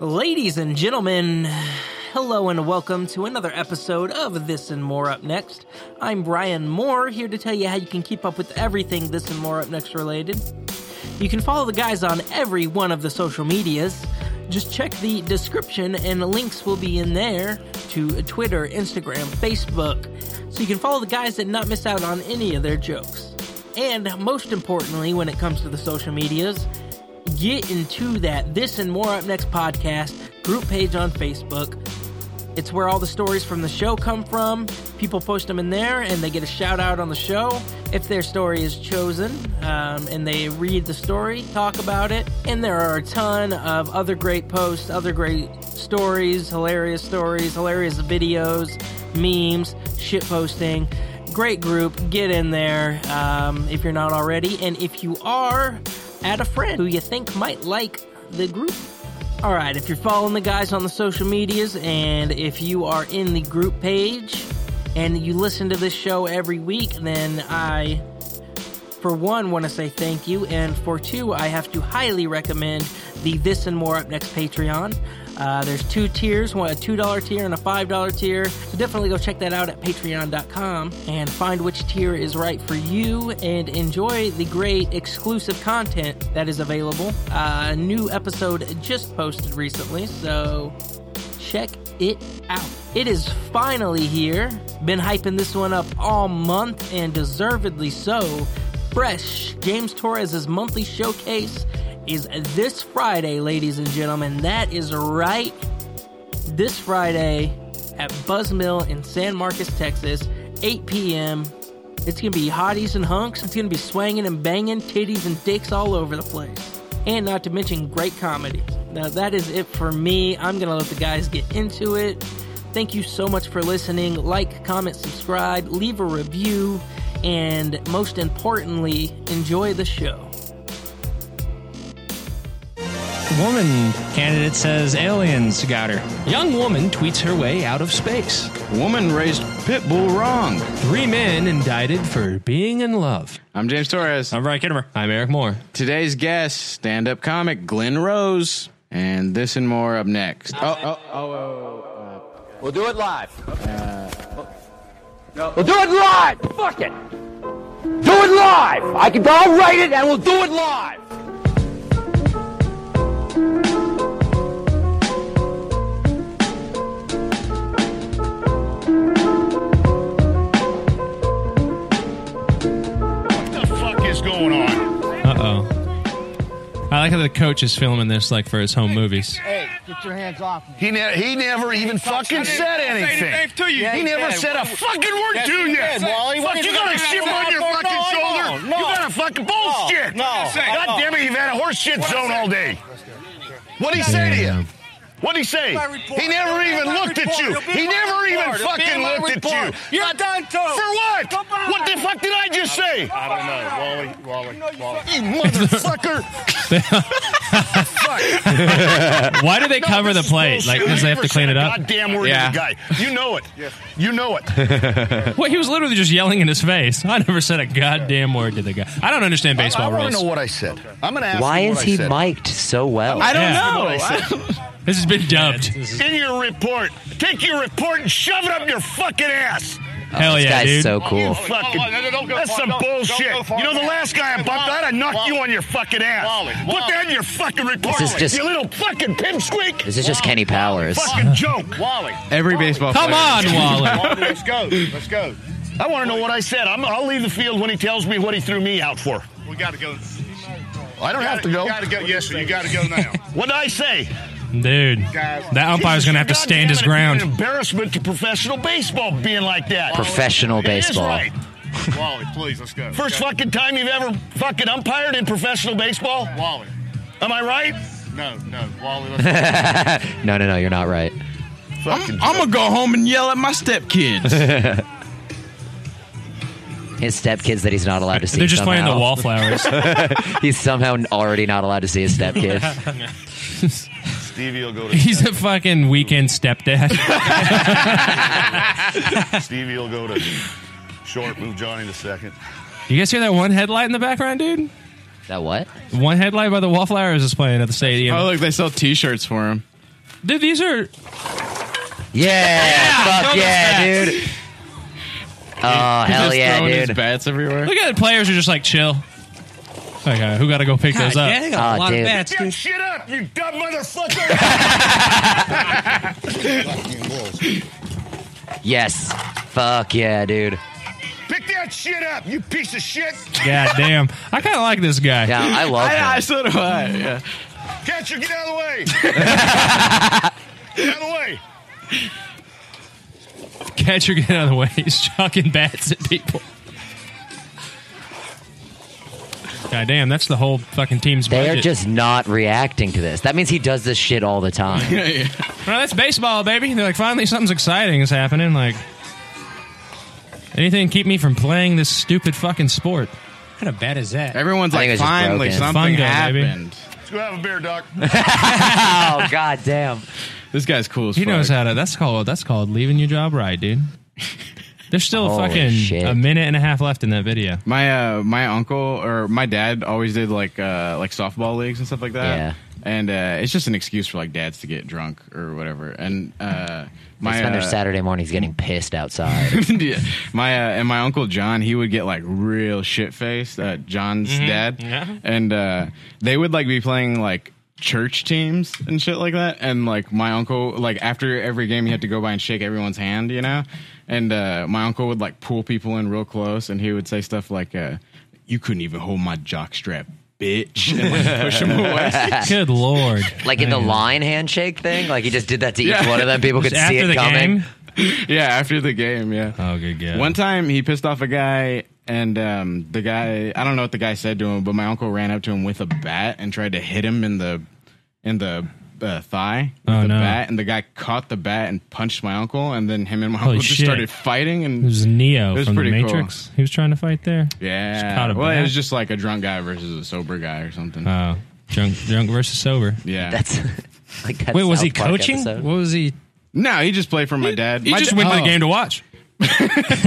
Ladies and gentlemen, hello and welcome to another episode of This and More Up Next. I'm Brian Moore, here to tell you how you can keep up with everything This and More Up Next related. You can follow the guys on every one of the social medias. Just check the description, and the links will be in there to Twitter, Instagram, Facebook, so you can follow the guys and not miss out on any of their jokes. And most importantly, when it comes to the social medias, get into that This and More Up Next podcast group page on Facebook. It's where all the stories from the show come from. People post them in there and they get a shout out on the show if their story is chosen. Um, and they read the story, talk about it. And there are a ton of other great posts, other great stories, hilarious stories, hilarious videos, memes, shit posting. Great group. Get in there um, if you're not already. And if you are, add a friend who you think might like the group. All right, if you're following the guys on the social medias and if you are in the group page and you listen to this show every week, then I, for one, want to say thank you. And for two, I have to highly recommend the This and More Up Next Patreon. Uh, there's two tiers, one, a $2 tier and a $5 tier. So definitely go check that out at patreon.com and find which tier is right for you and enjoy the great exclusive content that is available. Uh, a new episode just posted recently, so check it out. It is finally here. Been hyping this one up all month and deservedly so. Fresh, James Torres's monthly showcase is this Friday, ladies and gentlemen. That is right this Friday at Buzz Mill in San Marcos, Texas, 8 p.m. It's gonna be hotties and hunks. It's gonna be swanging and banging, titties and dicks all over the place. And not to mention great comedy. Now, that is it for me. I'm gonna let the guys get into it. Thank you so much for listening. Like, comment, subscribe, leave a review, and most importantly, enjoy the show. Woman candidate says aliens got her. Young woman tweets her way out of space. Woman raised pit bull wrong. Three men indicted for being in love. I'm James Torres. I'm Brian Kittimer. I'm Eric Moore. Today's guest, stand-up comic Glenn Rose, and this and more up next. Oh, oh, oh, We'll do it live. We'll do it live. Fuck it. Do it live. I can. I'll write it, and we'll do it live. Uh oh. I like how the coach is filming this like for his home movies. He, ne- he never even fucking said anything. he never said a fucking word to you. Fuck, you got a ship on your fucking shoulder. You got a fucking bullshit. No. God damn it, you've had a horse shit zone all day. What'd he say to you? What'd he say? He never even looked at you. He never even fucking looked at you. You're done For too. what? What the fuck did I just say? I don't know. Wally, Wally, Wally. You motherfucker. Why do they cover the plate? Like, because they have to clean it up. Goddamn word Yeah. to the guy. You know it. You know it. Well, he was literally just yelling in his face. I never said a goddamn word to the guy. I don't understand baseball I, I wanna rules. know what I said. I'm gonna ask. Why you is what I he said. mic'd so well? I don't Yeah. know. What I said. This has been dubbed. In your report, take your report and shove it up your fucking ass. Hell this yeah, guy's dude. so You cool. fucking. Wally, no, no, don't go that's far, some don't- don't bullshit. go far you know the back. last guy I bumped, I'd have knocked you Wally. on your fucking ass. Wally, Put Wally. that in your fucking report. This is just- you little fucking pipsqueak. This is just Kenny Powers. Fucking joke. Wally. Every baseball Come on, Wally. Wally, let's go. Let's go. I want to know what I said. I'm, I'll leave the field when he tells me what he threw me out for. We got to go. I don't have to go. You got to go. Yes, sir. You got to go now. What did I say? Dude, that umpire's going to have to God stand damn his it, it's ground. An embarrassment to professional baseball being like that. Professional It is baseball. right. Wally, please, let's go. First Go. fucking time you've ever fucking umpired in professional baseball. Wally. Am I right? No, no, Wally. Let's No, no, no, you're not right. I'm, gonna go home and yell at my stepkids. His stepkids that he's not allowed to see. They're just playing the somehow. wallflowers. He's somehow already not allowed to see his stepkids. Stevie will go to. He's a fucking weekend stepdad. Stevie will go to. Short, move Johnny to second. You guys hear that one headlight in the background, dude? that what? One headlight by the Wallflowers is playing at the stadium. Oh. oh look, they sell T-shirts for him. Dude, these are. Yeah, fuck throw yeah, those dude. Oh hell Just yeah, throwing his dude. bats everywhere. Look at the players are just like chill. Okay, who got to go pick those up? yeah, I got a Oh, lot dude. of bats, Get dude. shit up, you dumb motherfucker! Yes. Fuck yeah, dude. Pick that shit up, you piece of shit! God damn, I kind of like this guy. Yeah, I love him. so do I. Yeah. Catcher, get out of the way! get out of the way! Catcher, get out of the way. He's chucking bats at people. God damn, that's the whole fucking team's They are budget. just not reacting to this. That means he does this shit all the time. No, that's baseball, baby. They're like, finally, something's exciting is happening. Like, anything to keep me from playing this stupid fucking sport. What kind of bad is that? Everyone's I think like, it's just finally, broken. something Fun day, baby. happened. Let's go have a beer, Doc. oh god damn. This guy's cool as He fuck. knows how to. That's called that's called leaving your job right, dude. There's still Holy fucking shit. a minute and a half left in that video. My uh, my uncle or my dad always did like uh, like softball leagues and stuff like that. Yeah. And uh, it's just an excuse for like dads to get drunk or whatever. And uh, They my spend their uh, Saturday mornings getting pissed outside. yeah. my uh, and my uncle John, he would get like real shit faced. Uh, John's dad, Yeah. and uh, they would like be playing like church teams and shit like that. And like my uncle, like after every game, he had to go by and shake everyone's hand, you know. And uh, my uncle would like pull people in real close, and he would say stuff like, uh, "You couldn't even hold my jock strap." Bitch, and like, push him away. Good lord! like in the Man. line handshake thing, like he just did that to each Yeah. one of them. People could Just see after it the coming. game. yeah, after the game, yeah. Oh, good god. One time he pissed off a guy, and um, the guy I don't know what the guy said to him, but my uncle ran up to him with a bat and tried to hit him in the in the uh, thigh with Oh, the no. bat, and the guy caught the bat and punched my uncle, and then him and my Holy uncle just shit. started fighting, it and was Neo It was from the pretty cool. Matrix. He was trying to fight there. Just yeah, caught a well, it bat. was just like a drunk guy versus a sober guy or something. Oh, drunk, drunk versus sober. yeah, That's like that Wait, was he South Park coaching? episode. What was he? no, he just played for my dad. He my just da- went to oh. the game to watch.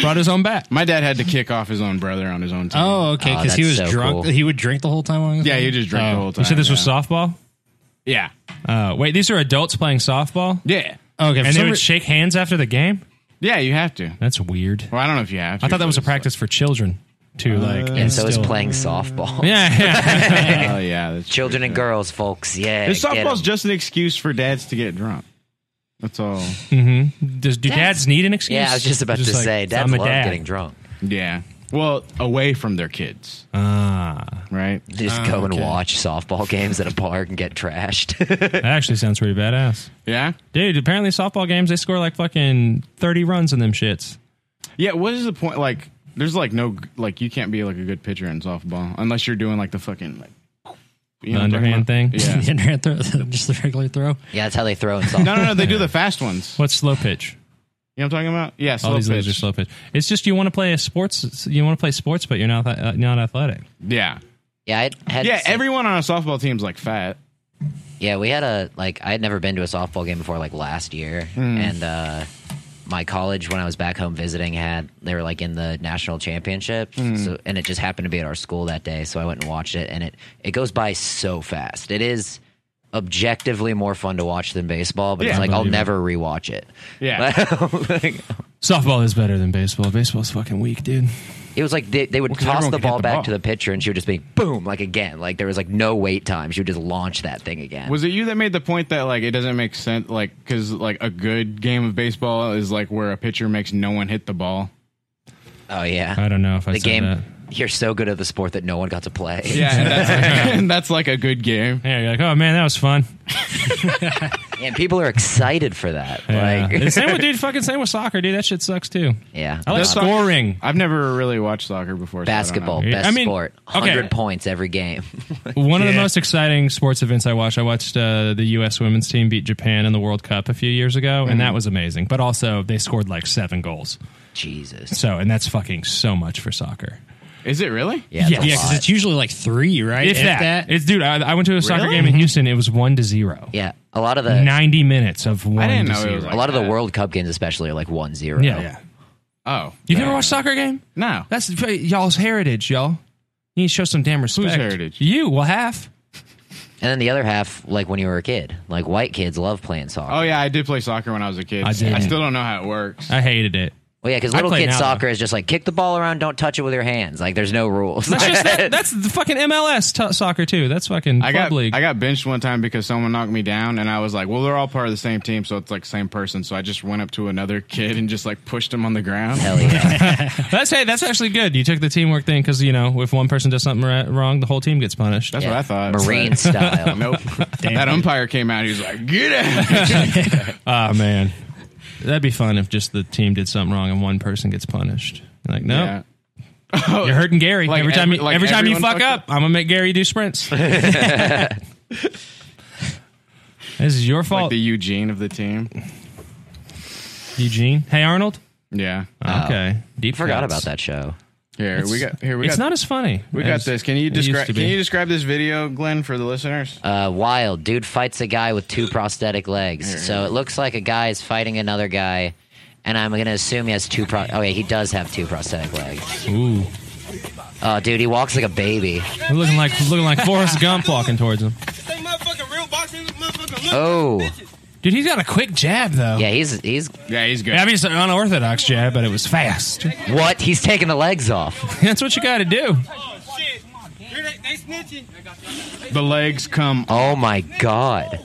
Brought his own bat. My dad had to kick off his own brother on his own team. Oh, okay, Oh, because he was that's so drunk. cool. He would drink the whole time. On his yeah, own? Oh. he just drank the whole time. Oh. You said this was yeah. softball. Yeah, Uh, wait, these are adults playing softball, yeah, Okay, for and they some would re- shake hands after the game. yeah. You have to. That's weird. Well, I don't know if you have. To, I thought that but was a it's like- practice for children Uh, to like. and so is instill- playing softball. Yeah, yeah. Oh yeah, that's Children true. and girls, folks. Yeah. This get 'em. softball's just an excuse for dads to get drunk. That's all. Does, do dads need an excuse? yeah, I was just about to like, say, dads I'm a love dad. getting drunk. Yeah. Well, away from their kids, Ah, right? Just go and watch softball games at a park and get trashed. that actually sounds pretty badass, Yeah. dude. Apparently, softball games they score like fucking thirty runs in them shits. Yeah. What is the point? Like, there's like no like you can't be like a good pitcher in softball unless you're doing like the fucking like The you what I'm talking underhand about? thing? Yeah. Underhand throw, just the regular throw. yeah, that's how they throw in softball. no, no, no. They do the fast ones. What's slow pitch? You know what I'm talking about? Yeah. All Slow these leagues are pitch. slow pitch. It's just you want to play a sports. You want to play sports, but you're not uh, not athletic. Yeah. Yeah, I had Yeah. so- Everyone on a softball team's like fat. Yeah, we had a like I had never been to a softball game before like last year, Hmm. and uh, my college when I was back home visiting had they were like in the national championship, Hmm. so and it just happened to be at our school that day, so I went and watched it, and it it goes by so fast. It is objectively more fun to watch than baseball, but Yeah. it's like I'll never rewatch it. Yeah. Like, Softball is better than baseball. Baseball's fucking weak, dude. it was like they, they would 'cause toss everyone the could hit ball the back ball. to the pitcher, and she would just be boom, like again, like there was like no wait time. She would just launch that thing again. Was it you that made the point that like it doesn't make sense like because like a good game of baseball is like where a pitcher makes no one hit the ball? oh yeah, I don't know if I the said game. that. You're so good at the sport that no one got to play. Yeah, and that's like, and that's like a good game. Yeah, you're like, oh man, that was fun. and people are excited for that. Yeah. Like, same with dude, fucking same with soccer, dude. That shit sucks too. yeah, I like Uh, scoring. I've never really watched soccer before. so I don't basketball, know. Yeah, best I mean, sport. okay. Hundred points every game. One of the most exciting sports events I watched. I watched uh, the U.S. women's team beat Japan in the World Cup a few years ago, Mm-hmm. and that was amazing. But also, they scored like seven goals. Jesus. So, and that's fucking so much for soccer. Is it really? Yeah, Yeah, that's a because lot. it's usually like three, right? If that, it's dude, I, I went to a soccer Really? game in Houston. It was one to zero. yeah, a lot of the Ninety minutes of one. didn't to know it zero. was a like- lot of the that. World Cup games, especially, are like one zero. yeah. Oh, You've never watched a soccer game? no. That's y'all's heritage, y'all. You need to show some damn respect. heritage? You. Well, half. And then the other half, like when you were a kid, like white kids love playing soccer. Uh, Oh yeah, I did play soccer when I was a kid. I did. I still don't know how it works. I hated it. Well, yeah, because I little play kid now, soccer though. is just like kick the ball around, don't touch it with your hands. Like there's no rules. That's just that, that's the fucking MLS t- soccer too. That's fucking I club got league. I got benched one time because someone knocked me down, and I was like, "Well, they're all part of the same team, so it's like same person." So I just went up to another kid and just like pushed him on the ground. Hell yeah. that's hey, that's actually good. You took the teamwork thing because you know if one person does something ra- wrong, the whole team gets punished. That's what I thought. Marine style. Nope. that umpire came out. He was like, "Get out!" Ah man, that'd be fun if just the team did something wrong and one person gets punished. Like no, Yeah. you're hurting Gary Like every time. every- you, like every time you everyone fuck fucked up, I'm gonna make Gary do sprints. this is your fault, Like the Eugene of the team. Eugene. Hey Arnold. Yeah. okay, deep. Oh. Forgot cuts. about that show. Here we got. Here Uh, we It's got. not as funny. we got as this. Can you it used describe? to Can be. you describe this video, Glenn, for the listeners? Uh, wild dude fights a guy with two prosthetic legs. So it looks like a guy is fighting another guy, and I'm gonna assume he has two. Pro- oh yeah, he does have two prosthetic legs. Ooh, Oh dude, he walks like a baby. we're looking like looking like Forrest Gump walking towards him. Oh Dude, he's got a quick jab though. yeah, he's he's yeah, he's good. I mean, it's an unorthodox jab, but it was fast. what? He's taking the legs off. That's what you got to do. the legs come. Oh my god,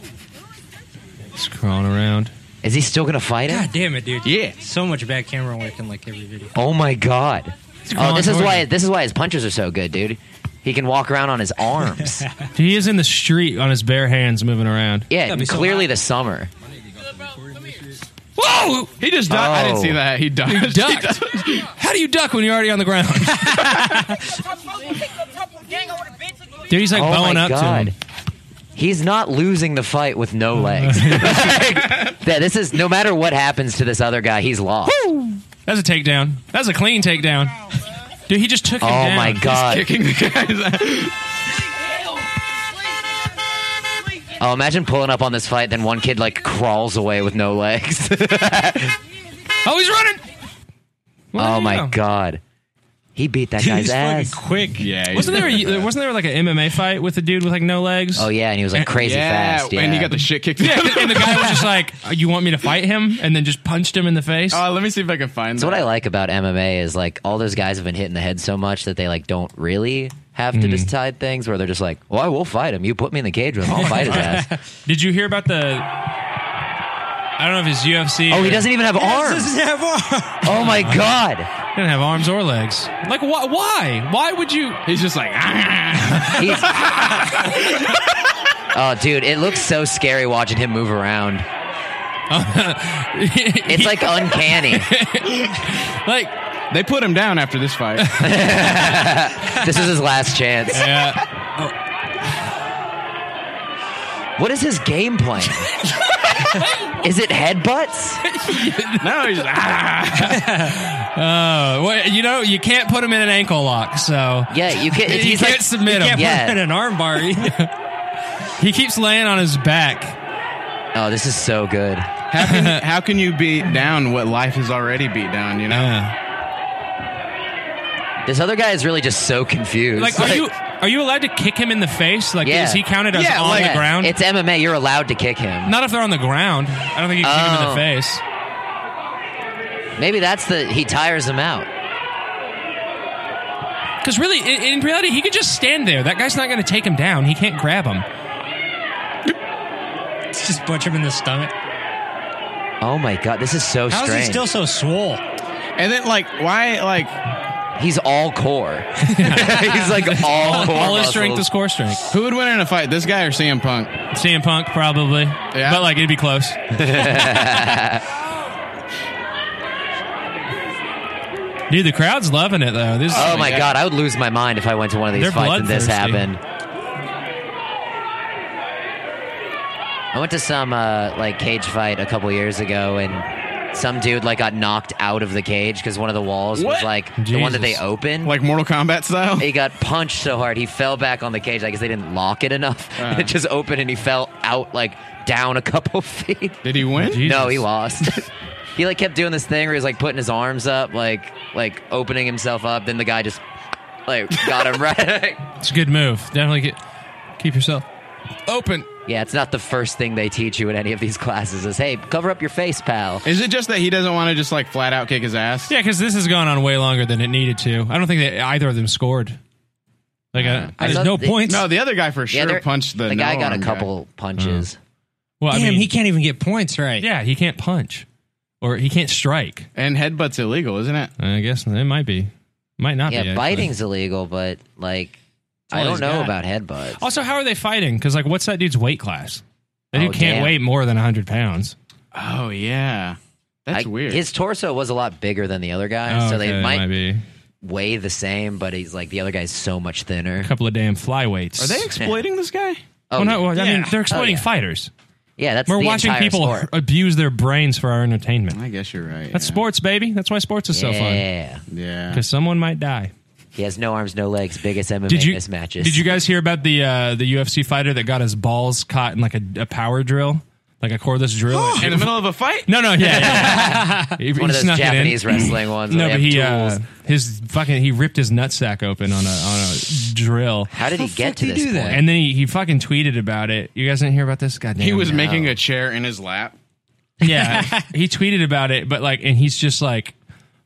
It's crawling around. is he still gonna fight him? God damn it, dude! Yeah. So much bad camera work in like every video. Oh my god. Oh, crawling this is towards why him. this is why his punches are so good, dude. He can walk around on his arms. He is in the street on his bare hands, moving around. Yeah, That'd be so clearly hot. the summer. Whoa! He just died. I didn't Oh. see that. He died. Ducked. How do you duck when you're already on the ground? Dude, he's like oh bowing my up god. to him. He's not losing the fight with no legs. Like, yeah, this is no matter what happens to this other guy, he's lost. That's a takedown. That's a clean takedown. Dude, he just took him Oh down. my god! kicking the guy's ass. Oh, imagine pulling up on this fight, then one kid like crawls away with no legs. Oh, he's running. Where'd oh he my go? god! He beat that guy's He's fucking ass. quick. Yeah. he's Wasn't there a, good. wasn't there like an MMA fight with a dude with like no legs? Oh yeah, and he was like crazy yeah, fast. Yeah, and he got the shit kicked. Yeah, and the guy was just like, "Oh, "You want me to fight him?" and then just punched him in the face. Uh, let me see if I can find. So what that. I like about MMA is like all those guys have been hit in the head so much that they like don't really have to decide things where they're just like, "Well, I will fight him. You put me in the cage with him. Oh I'll fight his ass." Did you hear about the? I don't know if it's UFC. Oh, or- he doesn't even have arms. Doesn't have arms. Oh my god! didn't have arms or legs. Like, wh- why? Why would you? He's just like. "Ah." He's- oh, dude, it looks so scary watching him move around. It's like uncanny. like, They put him down after this fight. This is his last chance. yeah, What is his game plan? Is it headbutts? no, he's like, ah. uh, well, you know, you can't put him in an ankle lock. So Yeah, you can. you He's can't like, submit him. Yeah. In an arm bar. He keeps laying on his back. oh, this is so good. how, can, Uh, how can you beat down what life has already beat down? You know. Uh, Yeah. This other guy is really just so confused. Like, are you are you allowed to kick him in the face? Like, Yeah. is he counted as Yeah, on like- the ground? It's MMA. You're allowed to kick him. Not if they're on the ground. I don't think you can kick him in Oh. the face. Maybe that's the he tires him out. Because really, in, in reality, he could just stand there. That guy's not going to take him down. He can't grab him. Let's just punch him in the stomach. Oh my god, this is so How is he strange. still so swole? And then like why like He's all core. He's like all core. All his muscles. strength is core strength. who would win in a fight? This guy or CM Punk? CM Punk probably, yeah. but like it'd be close. Dude, the crowd's loving it though. This, Oh my Yeah. god, I would lose my mind if I went to one of these They're fights and this bloodthirsty. happened. I went to some uh, like cage fight a couple years ago, and some dude like got knocked out of the cage because one of the walls was What? like the one that they Jesus. opened. Like Mortal Kombat style? he got punched so hard he fell back on the cage. I guess they didn't lock it enough. Uh. it just opened and he fell out like down a couple feet. Did he win? Jesus. No, he lost. he like kept doing this thing where he was like putting his arms up, like like opening himself up. Then the guy just like got him right. It's a good move. Definitely get, keep yourself. Open. Yeah, it's not the first thing they teach you in any of these classes is, hey, cover up your face, pal. Is it just that he doesn't want to just like flat out kick his ass? Yeah, because this has gone on way longer than it needed to. I don't think they, either of them scored. Like, uh, I there's thought no the- points. No, the other guy for Yeah, sure they're- punched the. The guy got a no-arm couple punches. well, I Damn, mean, he can't even get points right. yeah, he can't punch or he can't strike. And headbutt's illegal, isn't it? I guess it might be, might not yeah, be. Oh. actually. biting's illegal, but like, all I Oh, don't he's got. know about headbutts. Also, how are they fighting? Because like, what's that dude's weight class? That Oh, dude can't damn. weigh more than hundred pounds. Oh yeah, that's I- weird. His torso was a lot bigger than the other guy, so Oh, Okay, they might, be weigh the same, but he's like the other guy's so much thinner. a couple of damn flyweights. Are they exploiting this guy? Oh, well, no, well, I yeah. mean, they're exploiting yeah. fighters. yeah, that's We're the watching entire people sport. Oh, abuse their brains for our entertainment. I guess you're right. That's yeah. sports, baby. That's why sports is so fun. yeah, Yeah. Because someone might die. he has no arms, no legs. Biggest MMA Did you mismatches. Did you guys hear about the uh, the UFC fighter that got his balls caught in like a, a power drill, like a cordless drill? In the middle of a fight? no, no, yeah, yeah. He- he One of those snuck it in. Japanese wrestling ones. No, where but they he have uh, tools. his fucking he ripped his nutsack open on a on a drill. How did he get to this point? And then he, he fucking tweeted about it. You guys didn't hear about this? God damn. He was it. making a chair in his lap. Yeah. he tweeted about it, but like and he's just like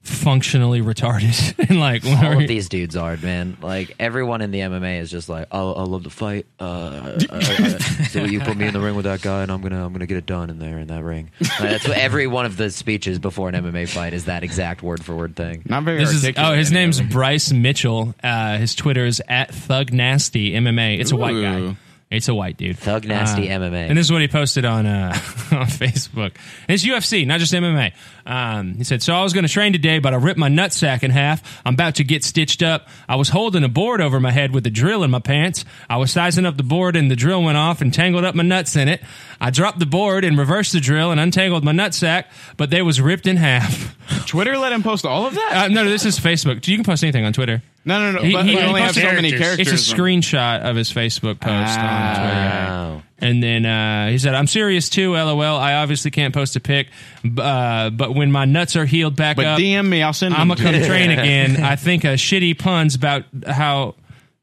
functionally retarded and like All of these dudes are man. Like everyone in the MMA is just like, oh, I love to fight. Uh, uh, uh, uh, so you put me in the ring with that guy, and I'm gonna, I'm gonna get it done in there in that ring. Like, that's what every one of the speeches before an MMA fight is that exact word for word thing. Not very. This is articulate oh, his anyway. name's Bryce Mitchell. Uh, his Twitter is at Thug Nasty MMA. It's a white guy. Ooh. It's a white dude. Thug Nasty Uh, MMA. And this is what he posted on uh, on Facebook. And it's UFC, not just MMA. Um, he said, "So I was going to train today, but I ripped my nutsack in half. I'm about to get stitched up. I was holding a board over my head with a drill in my pants. I was sizing up the board, and the drill went off and tangled up my nuts in it. I dropped the board and reversed the drill and untangled my nutsack, but they was ripped in half. Twitter let him post all of that. Uh, no, no, this is Facebook. You can post anything on Twitter." No, no, no. He- but he- he, only he has so posted many It's characters. a screenshot of his Facebook post on Twitter. And then uh, he said, I'm serious too, lol. I obviously can't post a pic, b- uh, but when my nuts are healed back But up, DM me. I'll send. I'm them going to to come you. train again. I think a shitty pun's about how.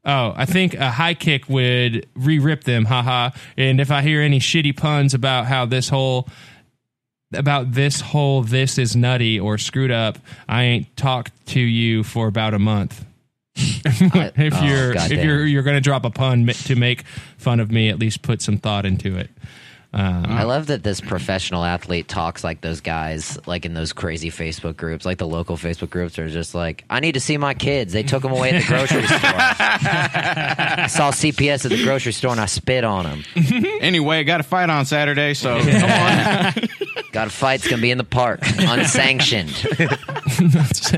Oh, I think a high kick would re rip them, haha. And if I hear any shitty puns about how this whole. About this whole this is nutty or screwed up, I ain't talked to you for about a month. I- if oh, you're if goddamn. you're you're going to drop a pun ma- to make fun of me, at least put some thought into it. I love that this professional athlete talks like those guys, like in those crazy Facebook groups, like the local Facebook groups are just like, I need to see my kids. They took them away at the grocery store. I saw CPS at the grocery store and I spit on them. Anyway, got a fight on Saturday, so come on. Got a fight's gonna be in the park, unsanctioned.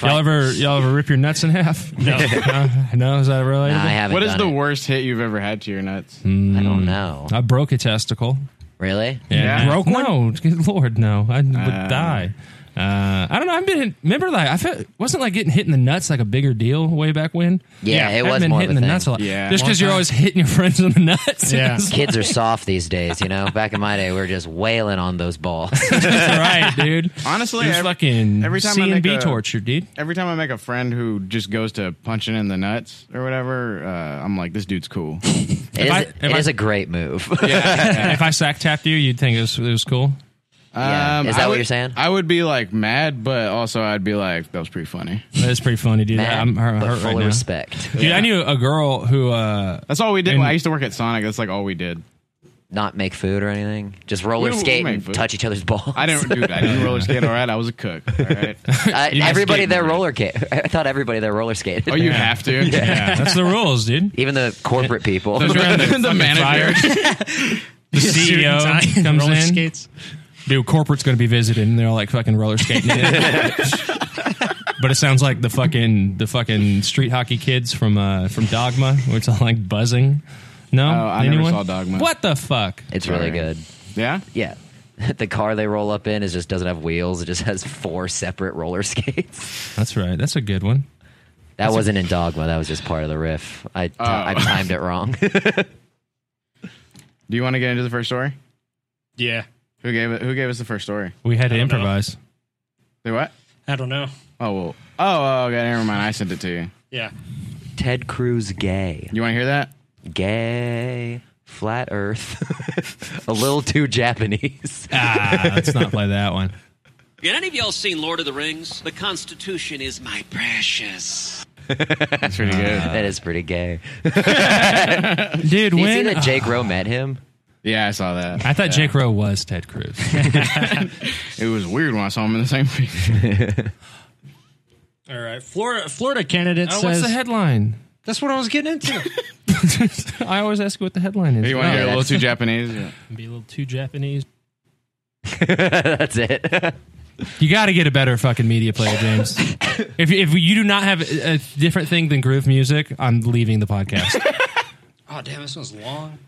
y'all ever y'all ever rip your nuts in half? No, no, no? is that really? I haven't. What is done the it. Hmm. worst hit you've ever had to your nuts? I don't know. I broke a testicle. Really? Yeah. Yeah. Broke no, good Lord, no. I would die. Uh, I don't know. I've been remember like I felt wasn't like getting hit in the nuts like a bigger deal way back when. Yeah, it I've was been more of hitting a the thing. nuts a lot. Yeah. just because you're always hitting your friends in the nuts. Yeah. It's Kids are soft these days, you know. Back in my day, we were just wailing on those balls. just right, dude. Honestly, It was every- fucking every time I C and make B a- torture, dude. Every time I make a friend who just goes to punching in the nuts or whatever, uh, I'm like, this dude's cool. It is, I- it if I- is a great move. if I sack tapped you, you'd think it was, it was cool. Yeah. Is Um, that I what would- you're saying? I would be like mad, but also I'd be like, that was pretty funny. That's pretty funny, dude. Mad, I'm hurt, but hurt full right of now. respect. Dude, I knew a girl who uh, That's all we did. And- when I used to work at Sonic. That's like all we did. Not make food or anything. Just We- roller we skate made and food. touch each other's balls. I didn't do that. I didn't roller skate. All right, I was a cook. All right. Uh, everybody skateboarded. there roller skate. I thought everybody there roller skated. Oh, you have to. yeah, that's the rules, dude. Even the corporate people. The, the manager. The Suit and tie CEO and comes roller in. skates. Dude, corporate's going to be visiting, and they're like fucking roller skating. it. but it sounds like the fucking the fucking street hockey kids from uh, from Dogma, where it's all like buzzing. No, Oh, I never anyone? saw Dogma. What the fuck? It's really Sorry. good. Yeah. Yeah. The car they roll up in is just doesn't have wheels. It just has four separate roller skates. That's right. That's a good one. That wasn't in Dogma. That was just part of the riff. I Oh. ti- I timed it wrong. Do you want to get into the first story? Yeah. Who gave it? Who gave us the first story? We had to don't know. improvise. Say what? I don't know. Oh well. Oh, oh, okay. Never mind. I sent it to you. Yeah. Ted Cruz gay. You want to hear that? gay, flat Earth, a little too Japanese. Ah, let's not play that one. Did any of y'all seen Lord of the Rings? The Constitution is my precious. That's pretty good. that is pretty gay. Dude, Did you see when that Jake Rowe met him? Yeah, I saw that. I thought Jake Rowe was Ted Cruz. It was weird when I saw him in the same picture. All right. Florida, Florida candidate Oh, what's says. the headline? That's what I was getting into. I always ask you what the headline is. You want to Oh, hear a little that's- too Japanese? Yeah. be a little too Japanese. That's it. You got to get a better fucking media player, James. if if you do not have a, a different thing than groove music, I'm leaving the podcast. oh damn, this one's long.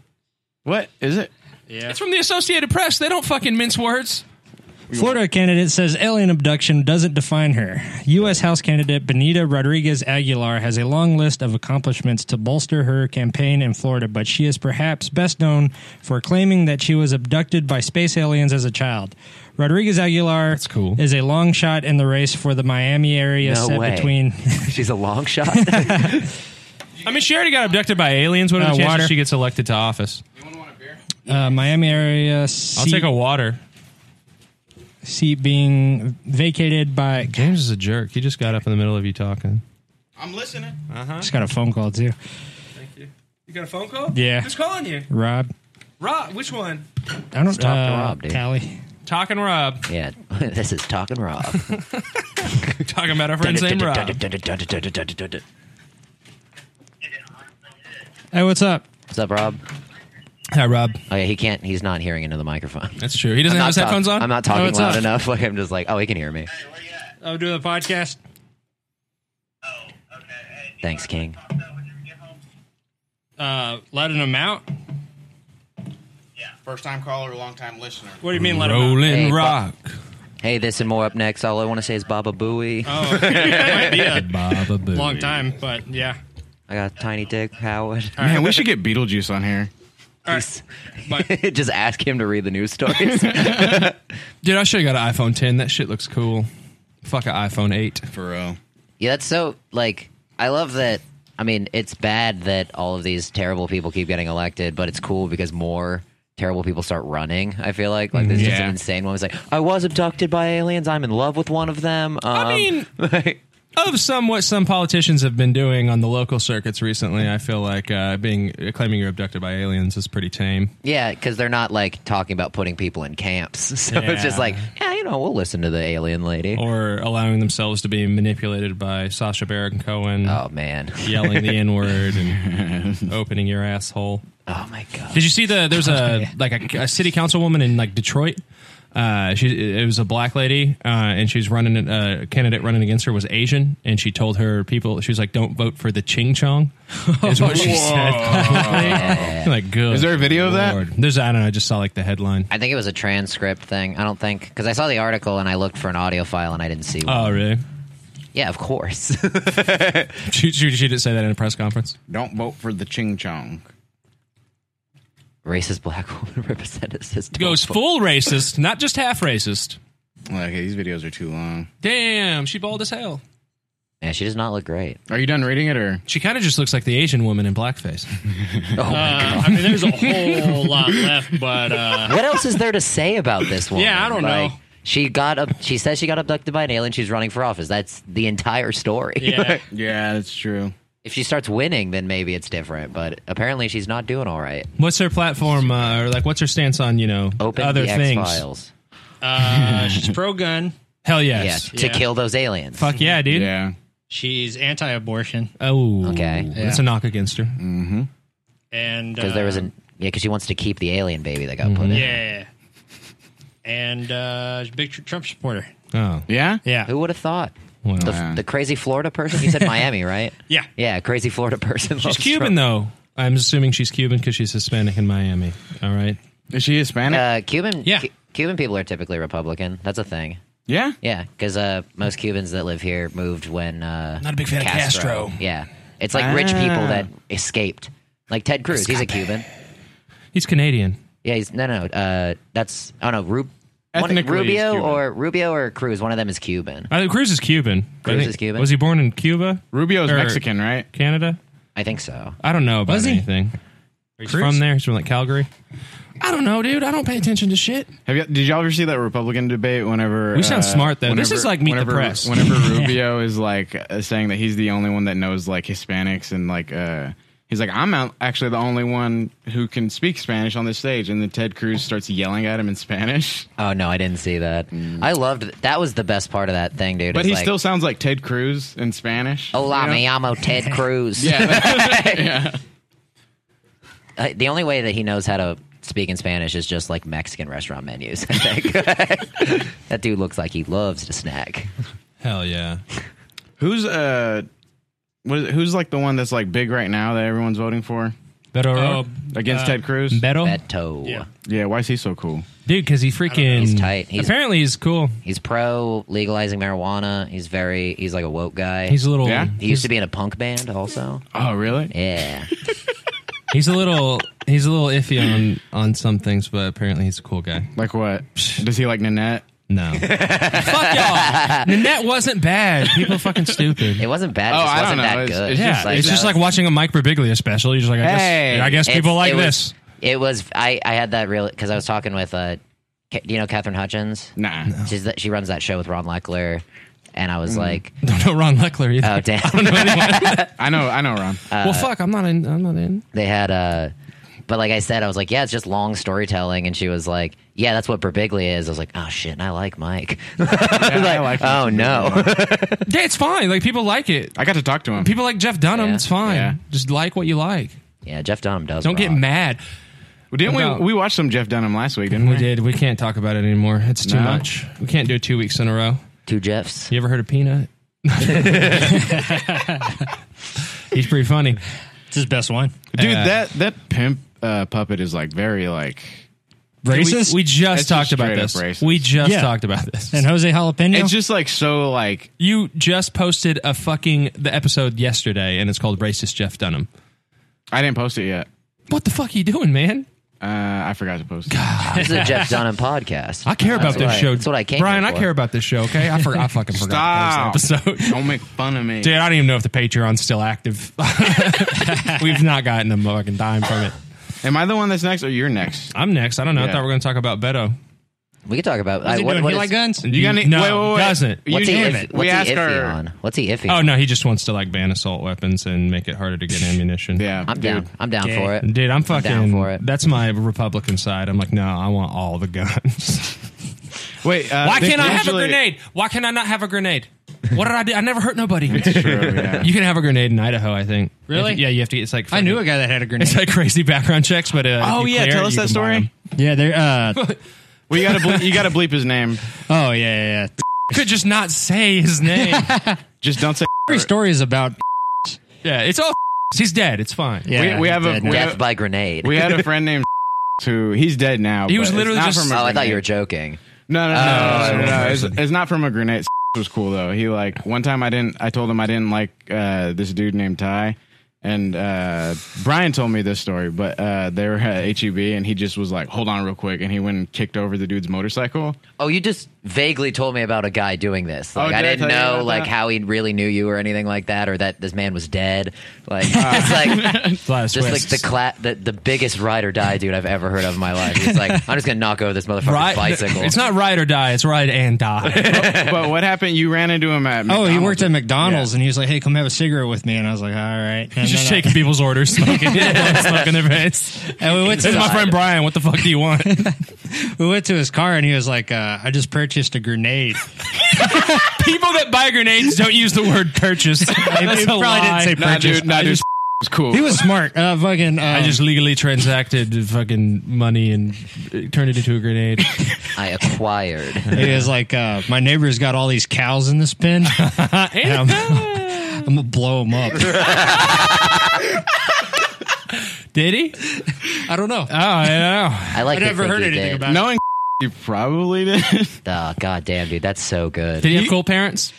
What is it? Yeah. it's from the Associated Press. They don't fucking mince words. Florida candidate says alien abduction doesn't define her. U.S. House candidate Benita Rodriguez Aguilar has a long list of accomplishments to bolster her campaign in Florida, but she is perhaps best known for claiming that she was abducted by space aliens as a child. Rodriguez Aguilar That's cool. is a long shot in the race for the Miami area No set way. between She's a long shot. I mean, she already got abducted by aliens. What are the Uh, chances water. she gets elected to office? uh, Miami area I'll seat, take a water. seat being vacated by. James is a jerk. He just got up in the middle of you talking. I'm listening. Just got a phone call too, You got a phone call? Oh, Yeah. Who's calling you? Rob. Rob. Which one? I don't talk to uh, Rob, dude. Callie. Talking Rob. yeah, this is talking Rob. Talking about our friend's name Rob. Hey, what's up? What's up, Rob? Hi, Rob. Oh yeah, he can't. He's not hearing into the microphone. That's true. He doesn't have his talk- headphones on. I'm not talking it's loud on. enough. Like I'm just like, oh, he can hear me. I'm doing the podcast. Thanks, King. Uh, let him out. First time caller, long time listener. What do you mean let him out? Rolling Hey, bu- Rock. Hey, this and more up next. All I want to say is Baba Booey. Oh. Might be a Baba Boo. long time, but yeah. I got tiny dick Howard. Man, we should get Beetlejuice on here. Just ask him to read the news stories. Dude, I should have got an iPhone 10. That shit looks cool. Fuck an iPhone 8. For real. yeah, that's so like I love that. I mean, it's bad that all of these terrible people keep getting elected, but it's cool because more terrible people start running. I feel like like there's just Yeah. an insane one. It's like I was abducted by aliens. I'm in love with one of them. Um, I mean, of some what some politicians have been doing on the local circuits recently, I feel like uh, being claiming you're abducted by aliens is pretty tame. Yeah, because they're not like talking about putting people in camps. So it's Yeah. just Oh. like, yeah, you know, we'll listen to the alien lady. Or allowing themselves to be manipulated by Sasha Baron Cohen oh man. yelling the N word and opening your asshole. Oh my god. Did you see the there's a like a, a city councilwoman in like Detroit? Uh, she it was a black lady, uh, and she was running a candidate running against her was Asian, and she told her people she was like, "Don't vote for the Ching Chong," is what she said. like, good. Is there a video of that? Lord. There's I don't know. I just saw like the headline. I think it was a transcript thing. I don't think because I saw the article and I looked for an audio file and I didn't see one. Oh really? yeah, of course. She, she, she didn't say that in a press conference. Don't vote for the Ching Chong. Racist black woman representatives says Goes full racist, not just half racist. Okay, these videos are too long. Damn, she bald as hell. Yeah, she does not look great. Are you done reading it or? She kind of just looks like the Asian woman in blackface. Oh Uh, I mean, there's a whole lot left, but uh, What else is there to say about this one? Yeah, I don't know. She got up. She says she got abducted by an alien. She's running for office. That's the entire story. yeah. Yeah, that's true. if she starts winning, then maybe it's different. But apparently, she's not doing all right. What's her platform, uh, or like, what's her stance on you know Open other the X things? files. Uh, she's pro gun. Hell Yeah, yes. to Yeah. kill those aliens. Fuck yeah, dude. Yeah. She's anti-abortion, Oh, Okay. That's a knock against her. and because there was uh, an yeah, because she wants to keep the alien baby that got Mm-hmm. put in. yeah, and uh, she's a big Trump supporter. Oh, Yeah? Yeah, Who would have thought? well. The, Yeah. the crazy Florida person? You said Miami, right? yeah. Yeah, crazy Florida person. she's Cuban though. I'm assuming she's Cuban because she's Hispanic in Miami. All right. Is she Hispanic? Uh, Cuban. Yeah. Cu- Cuban people are typically Republican. That's a thing. yeah? Yeah, because uh, most Cubans that live here moved when uh, Not a big fan of Castro. Yeah, it's like rich people Ah. that escaped, like Ted Cruz. He's a Cuban. He's Canadian. Yeah, he's no, no. Uh, that's oh no, Rub- one, Ethnically, he's Rubio Cuban. or Rubio or Cruz. One of them is Cuban. I think Uh, Cruz is Cuban. I Cruz think- is Cuban? Was he born in Cuba, Rubio's Or Mexican, right? Canada? I think so. I don't know about Was he? anything. He's Cruz? from there. He's from like Calgary. I don't know, dude. I don't pay attention to shit. Have you? Did y'all ever see that Republican debate? Whenever uh, We sound smart, though. This is like Meet the whenever- Press. Whenever Yeah. Rubio is like uh, saying that he's the only one that knows like Hispanics and like uh, he's like I'm out- actually the only one who can speak Spanish on this stage, and then Ted Cruz starts yelling at him in Spanish. Oh no, I didn't see that. I loved that was the best part of that thing, dude. But It's he like, still sounds like Ted Cruz in Spanish. Hola, you know? me llamo Ted Cruz. Yeah, that- yeah. Uh, The only way that he knows how to speak in Spanish is just like Mexican restaurant menus. I think. that dude looks like he loves to snack. Hell yeah. Who's uh, what is, who's like the one that's like big right now that everyone's voting for? Beto O'Rourke? Oh, against Uh, Ted Cruz. Beto? Beto. Yeah. Yeah, why is he so cool? Dude, because he freaking. He's tight. He's, apparently, he's cool. He's pro legalizing marijuana. He's very. He's like a woke guy. He's a little- Yeah? He used to be in a punk band, also. Oh, really? Yeah. He's a little. He's a little iffy on on some things, but apparently he's a cool guy. Like what? Does he like Nanette? No. Fuck y'all. Nanette wasn't bad. People fucking stupid. It wasn't bad. It Oh, just I don't wasn't know. that It's- good. it's yeah, just like it's just that. like watching a Mike Birbiglia special. You're just like, I Hey. guess, I guess people It's- like it was- this. It was. I. I had that real because I was talking with. Uh, Ca- do you know Catherine Hutchins? Nah. She's the, she runs that show with Ron Leckler, and I was Mm. like, Don't know Ron Leckler either. oh damn. Uh, I know, I know, Ron. well, fuck, I'm not in. I'm not in. they had uh but like I said, I was like, yeah, it's just long storytelling. And she was like, yeah, that's what Berbiglia is. I was like, oh shit, and I like Mike. I like. him. oh no. Yeah, it's fine. Like people like it. I got to talk to him. People like Jeff Dunham. Yeah. It's fine. Yeah. Just like what you like. yeah, Jeff Dunham does. Don't get rock. mad. didn't about- we? We watched some Jeff Dunham last week, didn't We we? did. We can't talk about it anymore. It's too No. much. We can't do it two weeks in a row. Two Jeffs. You ever heard of Peanut? He's pretty funny. It's his best one. Dude, Yeah. that that pimp uh, puppet is like very like. Racist? We, we just It's just talked about straight up this. racist. We just Yeah. talked about this. And Jose Jalapeno. It's just like so like. you just posted a fucking the episode yesterday, and it's called "Racist Jeff Dunham." I didn't post it yet. What the fuck are you doing, man? Uh, I forgot to post. it. This is a Jeff Dunham podcast. I care about That's this what I- show. That's what I came Brian, here I for. care about this show. Okay, I, for, I fucking forgot. Stop. this episode. Don't make fun of me. Dude, I don't even know if the Patreon's still active. We've not gotten a fucking dime from it. Am I the one that's next or you're next? I'm next. I don't know. I Yeah. thought we were going to talk about Beto. We could talk about. What's I, he what, doing? what He is- like uh, guns? You got any? No, wait, wait, wait. doesn't. You What's he, damn iff- it. what's we he ask our. iffy on? What's he iffy? Oh on? no, he just wants to like ban assault weapons and make it harder to get ammunition. Yeah, I'm down. dude. I'm down Gay. for it. Dude, I'm fucking. down for it. That's my Republican side. I'm like, no, I want all the guns. Wait, uh, Why they can't I have a usually- grenade? Why can I not have a grenade? What did I do? I never hurt nobody. True, yeah. You can have a grenade in Idaho, I think. Really? If- yeah, you have to. It's like I knew a guy that had a grenade. It's like crazy background checks, but uh, Oh, if you yeah, clear tell it, us you that can buy story. 'em. yeah, they're. Uh, Well, you gotta bleep, you gotta bleep his name. oh yeah, yeah. yeah. Could just not say his name. Just don't say. Every story is about. yeah, it's all. He's dead. It's fine. Yeah, we have a- dead. we have- Death by grenade. We had a friend named who he's dead now. He was but it's literally not just- From a oh, I thought grenade. you were joking. No, no, no, Oh, no, no, no, okay. It's, it's not from a grenade. was cool though. He like one time I didn't. I told him I didn't like uh, this dude named Ty, and uh, Brian told me this story. But uh, they were at HEB, and he just was like, "Hold on, real quick," and he went and kicked over the dude's motorcycle. Oh, you just vaguely told me about a guy doing this. Like Oh, I did I tell didn't you know about like that? how he really knew you or anything like that, or that this man was dead. Like Ah. it's like a lot of just like twists. the cla- the the biggest ride or die dude I've ever heard of in my life. He's like, I'm just gonna knock over this motherfucker's Ride- bicycle. It's not ride or die. It's ride and die. but what happened? You ran into him at. Oh, McDonald's. he worked at McDonald's, and he was like, "Hey, come have a cigarette with me," and I was like, "All right." And just then I- shaking people's orders, smoking, smoking their face. And we went to This is my friend Brian. What the fuck do you want? we went to his car, and he was like, uh, "I just purchased a grenade." People that buy grenades don't use the word purchase. That's he a probably lie. didn't say Nah, purchase. dude. Nah, I dude. just- was cool. he was smart. Uh, fucking. I just legally transacted fucking money and uh, turned it into a grenade. I acquired. He was like, uh, "My neighbor's got all these cows in this pen. And I'm, I'm gonna blow them up." Did he? I don't know. Oh, I don't know. I like. I never heard anything about it. knowing. You probably did. Oh, God damn, dude, that's so good. Did he have cool parents?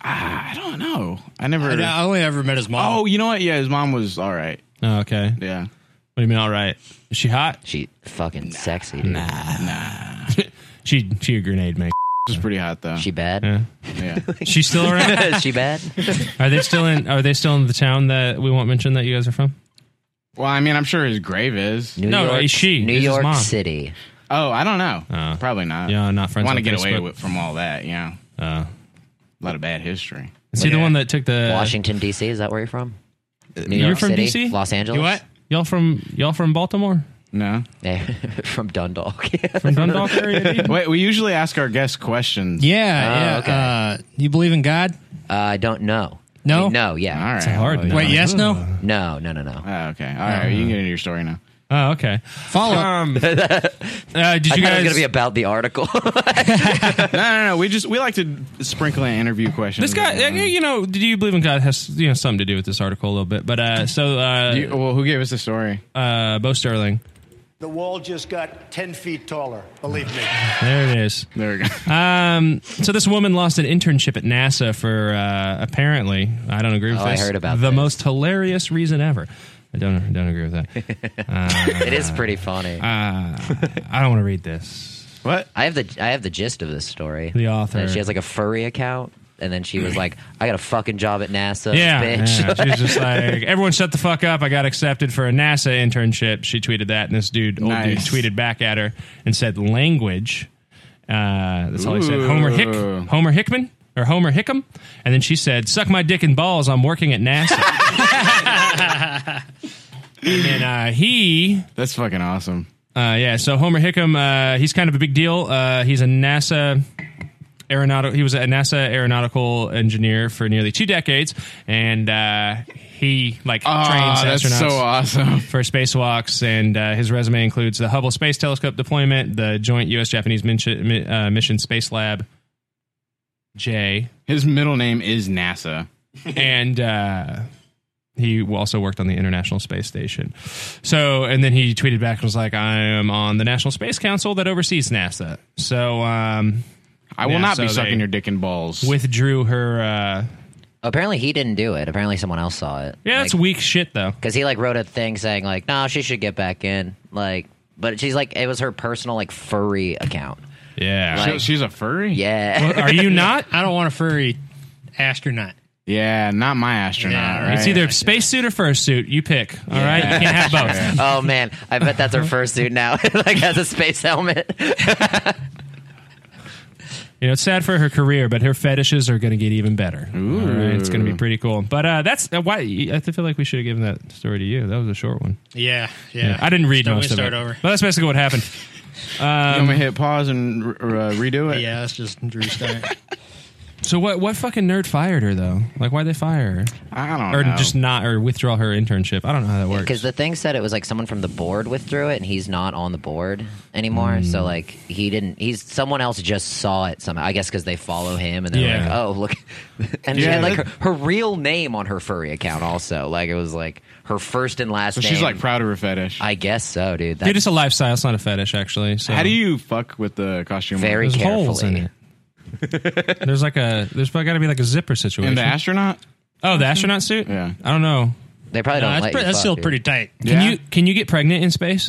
Ah, I don't know. I never. I, I only ever met his mom. Oh, you know what? Yeah, his mom was all right. Oh, okay. What Yeah. do you mean? All right. Is she hot? She fucking sexy, dude. She she a grenade man. She was pretty hot though. She bad. Yeah. yeah. She's still around. Is she bad? Are they still in? Are they still in the town that we won't mention that you guys are from? Well, I mean, I'm sure his grave is. New York, New York City. Oh, I don't know. Probably not. Uh, Yeah, I'm not friends Want to on get away Facebook. with, from all that? You know, Uh, a lot of bad history. is he the one that took the Washington D.C. Is that where you're from? New Uh, You're York from City, DC? Los Angeles. You what? Y'all from y'all from Baltimore? No. Yeah, from Dundalk. From Dundalk area? dude? Wait, we usually ask our guests questions. Yeah, Ah, yeah. Uh, you believe in God? Uh, I don't know. No? I mean, no, yeah. All right. hard well, no. Wait, yes, no. No, no, no, no. yeah. Oh, okay. All Uh-huh. right. You can get into your story now. Oh, okay. Follow up. Um, uh, did I you thought it was guys? going to be about the article. no, no, no. We just we like to sprinkle in interview questions. this guy, uh, you know, do you believe in God? Has you know something to do with this article a little bit? But uh, so uh, You- well, who gave us the story? uh, Bo Sterling, The wall just got 10 feet taller, believe me. there it is. There we go. Um, so this woman lost an internship at NASA for uh, apparently I don't agree with Oh, I this. heard about the this. most hilarious reason ever. I don't I don't agree with that. it Uh, is pretty funny. I don't want to read this. what? I have the I have the gist of this story. The author. And she has like a furry account, and then she was like, "I got a fucking job at NASA, Yeah, bitch." yeah. she's just like everyone shut the fuck up. I got accepted for a NASA internship. She tweeted that, and this dude, old dude, Nice. tweeted back at her and said language. Uh, that's all he said. Homer Hick, Ooh. Homer Hickman, or Homer Hickam, and then she said, "Suck my dick and balls. I'm working at NASA." and uh, he That's fucking awesome. uh, yeah, so Homer Hickam, uh, he's kind of a big deal. Uh, he's a NASA aeronautical. He was a NASA aeronautical engineer for nearly two decades, and uh, he like Ah, trains that's astronauts so awesome. for spacewalks, and uh, his resume includes the Hubble Space Telescope deployment, the Joint U.S.-Japanese Mission, mi- uh, Mission Space Lab J, His middle name is NASA. and uh, he also worked on the International Space Station. So, and then he tweeted back and was like, "I am on the National Space Council that oversees NASA." So, um, I will Yeah, not be so sucking they- your dick and balls. withdrew her. Uh, Apparently, he didn't do it. Apparently, someone else saw it. yeah, that's weak shit, though. because he like wrote a thing saying like, "No, she should get back in." Like, but she's like, it was her personal like furry account. Yeah. So she's a furry. Yeah. are you not? I don't want a furry astronaut. Yeah, not my astronaut. Yeah. right? It's either spacesuit or fursuit. You pick. All right, you can't have both. oh man, I bet that's her fursuit now. like has a space helmet. You know, it's sad for her career, but her fetishes are going to get even better. All right, it's going to be pretty cool. But uh, that's uh, why I feel like we should have given that story to you. That was a short one. Yeah, yeah. I didn't read Start- we most of start it. over. But that's basically what happened. I'm um, gonna hit pause and r- r- uh, redo it. Yeah, that's just Drew Stein. So what? What fucking nerd fired her though? Like, why they fire her? I don't Or know. just not, or withdraw her internship? I don't know how that Because works. the thing said it was like someone from the board withdrew it, and he's not on the board anymore. Hmm. So like he didn't. He's someone else just saw it somehow. I guess because they follow him, and they're like, Yeah. "Oh, look." And she Yeah, had like her, that- her real name on her furry account also. Like it was like her first and last So name. she's like proud of her fetish. I guess so, dude. That's Dude, it's a lifestyle. It's not a fetish, actually. So How do you fuck with the costume? Very There's carefully. holes in it. there's like a there's got to be like a zipper situation. and the astronaut? oh, the astronaut suit. Yeah. I don't know. they probably don't that's like pre- that's still pretty tight. Can Yeah. you can you get pregnant in space?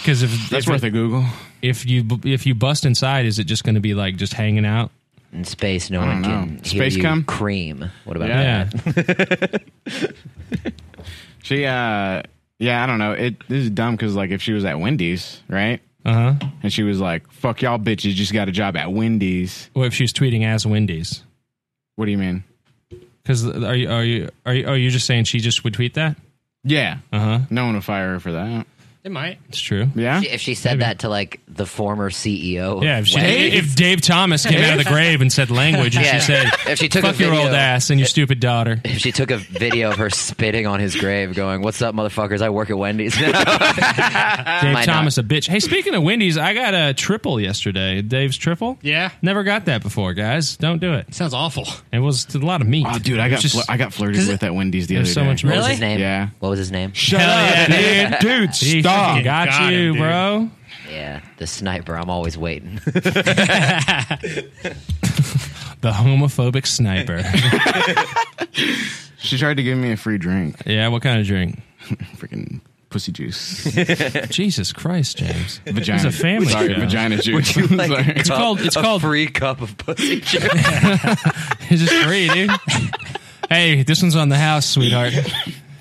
Because if if, That's worth a Google. if you if you bust inside, is it just going to be like just hanging out? in space. No one don't know. can hear Space you cum? cream. What about that? Yeah. She, uh, yeah, I don't know. It this is dumb because like if she was at Wendy's, right? Uh huh. And she was like, "Fuck y'all, bitches, just got a job at Wendy's." What if she's tweeting as Wendy's? What do you mean? Because are you are you are you, oh you're just saying she just would tweet that? Yeah, Uh huh. Uh-huh. no one would fire her for that. It might. It's true. Yeah, If she said that to like the former E CEO, of Yeah, if, she, Wendy's, if Dave Thomas came out of the grave and said language, and she Yeah. said, If she took a "Fuck your video- old ass and your stupid daughter," if she took a video of her spitting on his grave, going, "What's up, motherfuckers? I work at Wendy's." now." Dave Might Thomas a bitch. Hey, speaking of Wendy's, I got a triple yesterday. Dave's triple. Yeah. never got that before, guys. Don't do it. Sounds awful. It was a lot of meat. Oh, dude, I got Just- flir- I got flirted with at Wendy's the other there's so day. much What was Really? his name? Yeah. What was his name? Shut up, dude. dude, He fucking stop. got, Got him, you, dude. bro. Yeah, the sniper. I'm always waiting. The homophobic sniper. She tried to give me a free drink. yeah, what kind of drink? Freaking pussy juice. Jesus Christ, James. Vagina. It's a family Sorry, show. vagina juice. Sorry. It's called. It's a called. free cup of pussy juice. It's just free, dude. hey, this one's on the house, sweetheart.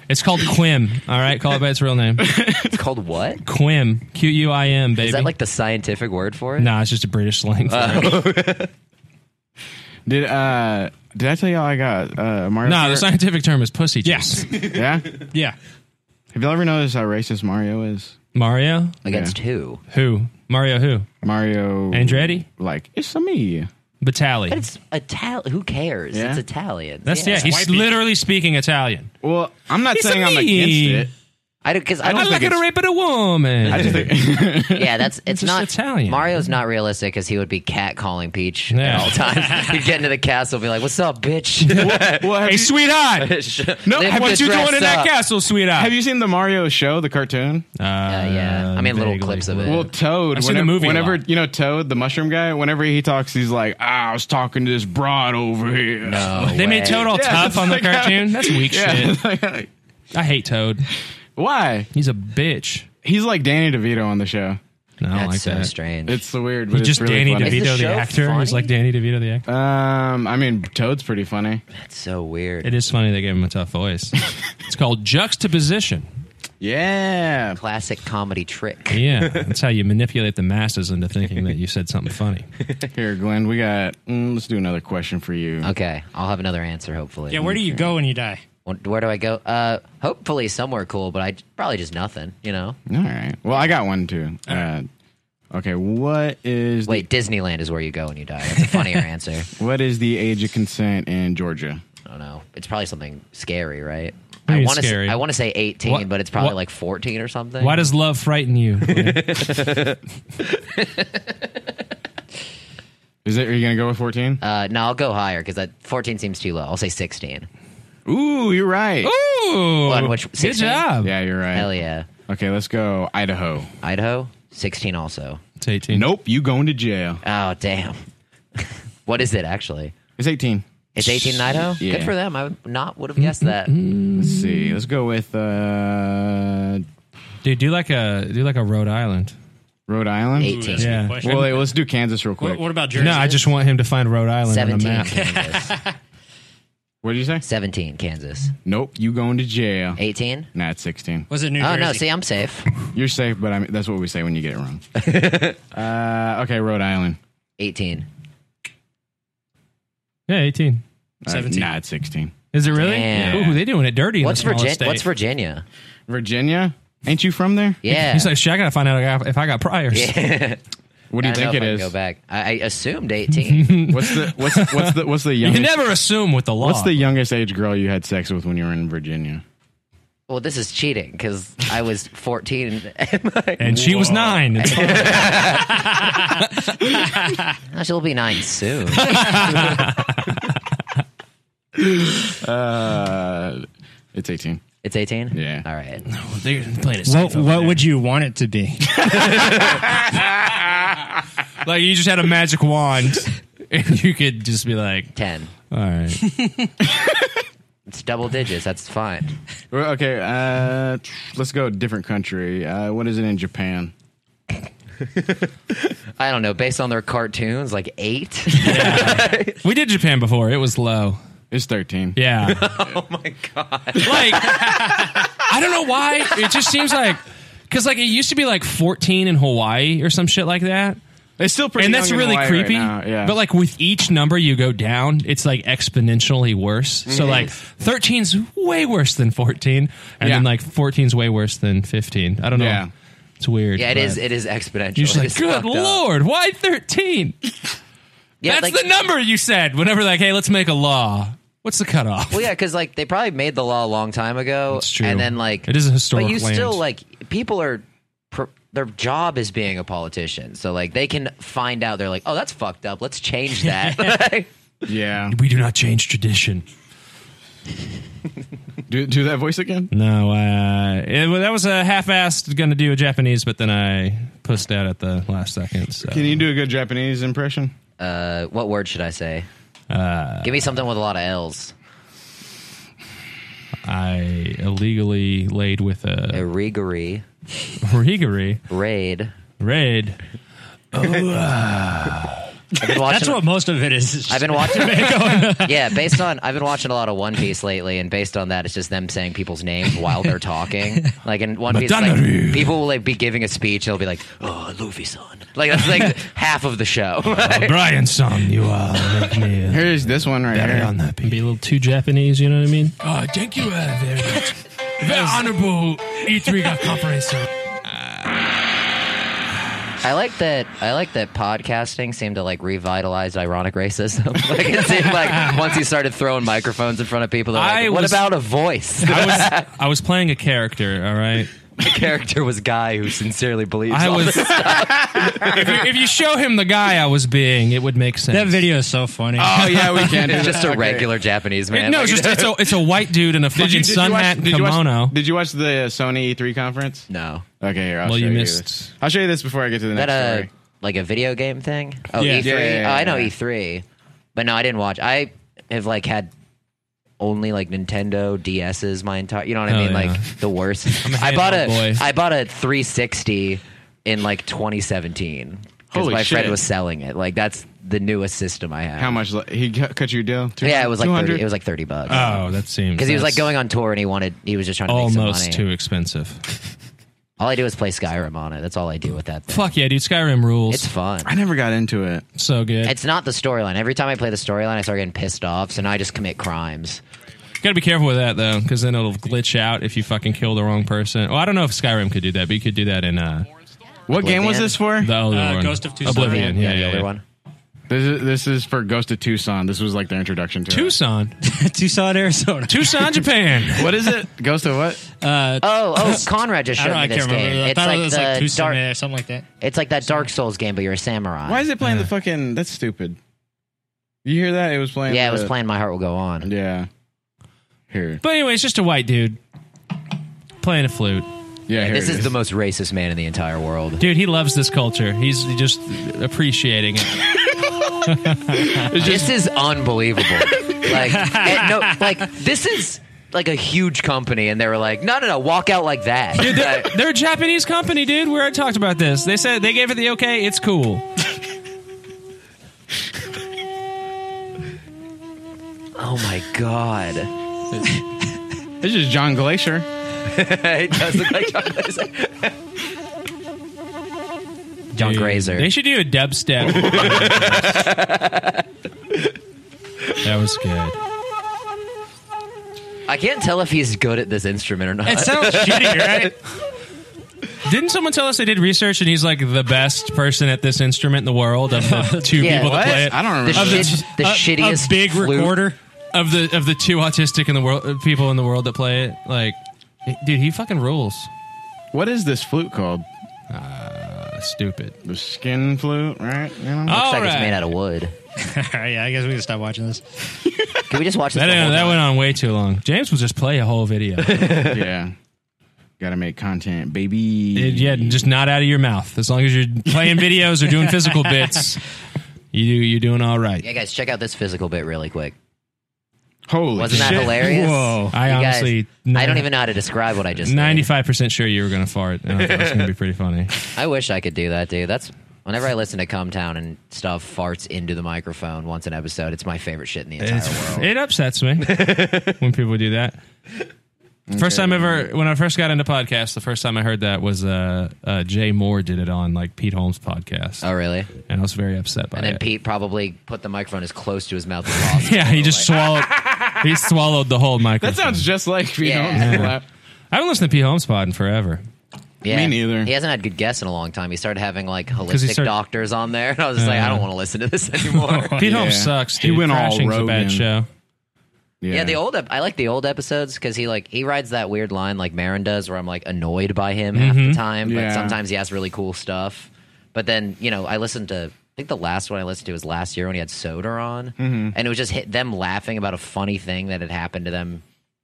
It's called Quim. All right, call it by its real name. It's called what? Quim. Q U I M. Baby. Is that like the scientific word for it? No, it's just a British slang. For Oh. it. Did uh did I tell y'all I got uh Mario? No, the scientific term is pussy. Yes. yeah. Yeah. Have y'all ever noticed how racist Mario is? Mario Against who? Who? Mario who? Mario Andretti. Like it's a me. Batali. But it's Italian. Who cares? Yeah. It's Italian. That's yeah. he's literally speaking Italian. Well, I'm not He's a saying I'm me. against it. I don't because I I'm don't not think gonna it's- rape it a woman. I just yeah, that's it's just not Italian. Mario's not realistic because he would be cat calling Peach Yeah. at all times. He'd get into the castle, and be like, "What's up, bitch? hey, sweetheart. No, Lift what the you doing dress in that up. castle, sweetheart? Have you seen the Mario show, the cartoon? Uh, yeah, I mean, little clips of it. Well, Toad. I've seen the whenever- movie a Whenever you know Toad, the mushroom guy. Whenever he talks, he's like, "Ah, "I was talking to this broad over here." No, They made Toad all tough on the cartoon? That's weak shit. I hate Toad. Why? He's a bitch. He's like Danny DeVito on the show. No, I don't That's like so that. strange. It's the weird. He's But it's just really Danny funny. DeVito, the, actor. He's like Danny DeVito, the Uh. actor. Um, I mean, Toad's pretty funny. That's so weird. It is funny they gave him a tough voice. it's called juxtaposition. Yeah, classic comedy trick. Yeah, that's how you manipulate the masses into thinking that you said something funny. Here, Glenn, we got. Mm, let's do another question for you. Okay, I'll have another answer hopefully. Yeah, where do you go when you die? Where- Where do I go? Uh, hopefully somewhere cool, but I probably just nothing. You know. All right. Well, I got one too. Uh, okay, what is Wait, Disneyland is where you go when you die. That's a funnier answer. what is the age of consent in Georgia? I don't know. It's probably something scary, right? What do you I mean want to. scary? Say, I want to say eighteen, What- but it's probably what- like fourteen or something. Why does love frighten you? Is it? Are you gonna go with fourteen? Uh, no, I'll go higher because fourteen seems too low. I'll say sixteen. Ooh, you're right. Ooh, One which- good 16? job. Yeah, you're right. Hell yeah, Okay, let's go Idaho. Idaho sixteen also. It's 18. Nope, you going to jail. Oh damn. what is it actually? It's 18. It's eighteen in Idaho. Yeah. Good for them. I would not would have guessed that. Let's see. Let's go with uh, Dude, do like a do like a Rhode Island. Rhode Island. Eighteen. That's a good Yeah. question. Well, wait, let's do Kansas real quick. what, What, what about Jersey? No, I just want him to find Rhode Island on a Seventeen. map. Kansas. did you say? Seventeen. Kansas. Nope, you going to jail. Eighteen. Nah, it's 16. Was it New Oh Jersey? no! See, I'm safe. You're safe, but I mean, that's what we say when you get it wrong. uh, okay, Rhode Island. Eighteen. Yeah, eighteen. Uh, 17. nah, it's 16. Is it really? Damn. Ooh, they doing it dirty. What's in the Virginia? State. What's Virginia? Virginia? Ain't you from there? Yeah. He's like, shit, I gotta find out if I got priors. yeah. What do you I don't think it know if I can is? Go back. I, I assumed eighteen. What's the what's what's the what's the You youngest never assume with the law. What's the youngest age girl you had sex with when you were in Virginia? well, this is cheating because I was fourteen. and she was nine. It's fine. Now she'll be nine soon. Uh, it's 18. It's eighteen. Yeah. All right. They're playing What, it safe over what there. would you want it to be? like you just had a magic wand and you could just be like, Ten. all right. It's double digits. That's fine. Well, Okay, uh, let's go a different country. Uh, what is it in Japan? I don't know. Based on their cartoons, like eight. We did Japan before. It was low. It's 13. Yeah. oh my god. Like I don't know why it just seems like cuz like it used to be like 14 in Hawaii or some shit like that. It's still pretty and that's young in really Hawaii right creepy. now, yeah. But like with each number you go down, it's like exponentially worse. So like 13's way worse than 14 and Yeah. then like 14's way worse than 15. I don't know. Yeah. It's weird. Yeah, it but is. It is exponential. You're just like, It's good fucked up." lord, why 13? Yeah, That's like- the number you said whenever, like, hey, let's make a law. What's the cutoff? Well, yeah, because like they probably made the law a long time ago. It's true. And then like It is a historic But you land. still like people are. pr- Their job is being a politician, so like they can find out. They're like, "Oh, that's fucked up. Let's change that." Yeah. We do not change tradition. Do, do that voice again? No, uh, it, well, that was a half-assed going to do a Japanese, but then I pussed out at the last second. So. Can you do a good Japanese impression? uh, what word should I say? Uh, Give me something with a lot of L's. I illegally laid with a Irrigary, origami raid. raid. Oh, uh, I've been watching. That's what most of it is. It's just I've been watching. Mako. yeah, based on I've been watching a lot of One Piece lately, and based on that, it's just them saying people's names while they're talking. Like in One Piece, like, Madara. people will like be giving a speech, and they'll be like, "Oh, Luffy-san," like that's like half of the show. Uh, Brian, son, you uh, make me uh, Here's this one right better here. on that. Be a little too Japanese, you know what I mean? Oh, thank you uh, very much. Very honorable E3 conference. sir. I like that. I like that podcasting seemed to like revitalize ironic racism. like it seemed like once you started throwing microphones in front of people, they're like, I "What was- about a voice?" I was, I was playing a character, all right? the character was guy who sincerely believes. I all was. this. if, you, if you show him the guy I was being, it would make sense. that video is so funny. Oh yeah, we can. do It's that. just a Okay. regular Japanese man. no, Like, it's just it's a, it's a white dude in a fucking sun hat and did you watch- kimono. did you watch the Sony E3 conference? no. Okay, here. I'll Well, show you you missed- this. I'll show you this before I get to the that next a story. like a video game thing? Oh, Yeah. E3. Yeah, yeah, yeah, oh, I know yeah. E3, but no, I didn't watch. I have like had only like Nintendo DSs my entire. You know what I Hell mean? yeah. Like the worst. I'm a I bought a I handheld boy. bought a 360 in like 2017 because Holy my friend shit. was selling it. Like that's the newest system I have. How much li- he cu- cut you a deal? Two- Yeah, it was like 200? 30, it was like 30 bucks. oh, that seems because he was like that's going on tour and he wanted he was just trying to make some money. almost too expensive. All I do is play Skyrim on it. That's all I do with that. Thing. Fuck yeah, dude! Skyrim rules. It's fun. I never got into it. so good. It's not the storyline. Every time I play the storyline, I start getting pissed off, so now I just commit crimes. Gotta be careful with that though, because then it'll glitch out if you fucking kill the wrong person. Well, I don't know if Skyrim could do that, but you could do that in uh, What game was Oblivion? this for? the other Uh, one, Ghost of Tucson. Oblivion. Yeah, the yeah, other yeah. one. This is this is for Ghost of Tucson. This was like their introduction to it. Tucson, Tucson, Arizona. Tucson, Japan. What is it? Ghost of what? Oh, oh, Conrad just I showed don't know. me I this can't game. remember. I It's thought like, it was the like Tucson dark, or something like that. It's like that Dark Souls game, but you're a samurai. Why is it playing the fucking? That's stupid. You hear that? It was playing. yeah, it was the- playing My Heart Will Go On. Yeah. Here. But anyway, it's just a white dude playing a flute. Yeah. Here This it is the most racist man in the entire world. Dude, he loves this culture. He's just appreciating it. This is unbelievable. like, and no, like this is like a huge company, and they were like, no, no, no, walk out like that. They're, they're a Japanese company, dude. We already talked about this. They said they gave it the okay. It's cool. oh my god. This is John Glacier. it does look like John Glazer. John Dude, Grazer. They should do a dubstep. that was good. I can't tell if he's good at this instrument or not. It sounds shitty, right? Didn't someone tell us they did research and he's like the best person at this instrument in the world of the two Yeah. people What? that play it? I don't the remember. shit, this. the A- a shittiest big flute. recorder. Of the of the two autistic in the world uh, people in the world that play it, like, dude, he fucking rules. what is this flute called? That's stupid. The skin flute, right? You know? Looks All like it's right. made out of wood. yeah, I guess we can stop watching this. Can we just watch this? That, the whole that time? went on way too long. James will just play a whole video. yeah. Gotta make content, baby. Oh. It- yeah, just not out of your mouth. As long as you're playing videos or doing physical bits, you do, you're doing all right. Yeah, guys, check out this physical bit really quick. Holy Wasn't that shit. hilarious? Whoa. I You guys- honestly- I don't even know how to describe what I just. did. Ninety-five percent sure you were going to fart. And I thought it was going to be pretty funny. I wish I could do that, dude. That's whenever I listen to Come Town and stuff farts into the microphone once an episode. It's my favorite shit in the entire It's- world. it upsets me when people do that. First time ever, when I first got into podcasts, the first time I heard that was uh, uh, Jay Moore did it on like Pete Holmes' podcast, oh, really? and I was very upset by And then it. Pete probably put the microphone as close to his mouth as possible. yeah, he just swallowed. he swallowed the whole microphone. That sounds just like you Yeah. know. slap. I haven't listened to Pete Holmes' pod in forever. Yeah. Me neither. He hasn't had good guests in a long time. He started having like 'Cause he holistic started- doctors on there, and I was just like, I don't want to listen to this anymore. Pete yeah. Holmes sucks. He Dude. went all Crashing's a Rogan. bad show. Yeah. yeah. the old ep- I like the old episodes because he like he rides that weird line like Marin does, where I'm like annoyed by him half Mm-hmm. the time, but Yeah. sometimes he has really cool stuff. But then you know, I listened to. I think the last one I listened to was last year when he had Soda on, Mm-hmm. and it was just hit them laughing about a funny thing that had happened to them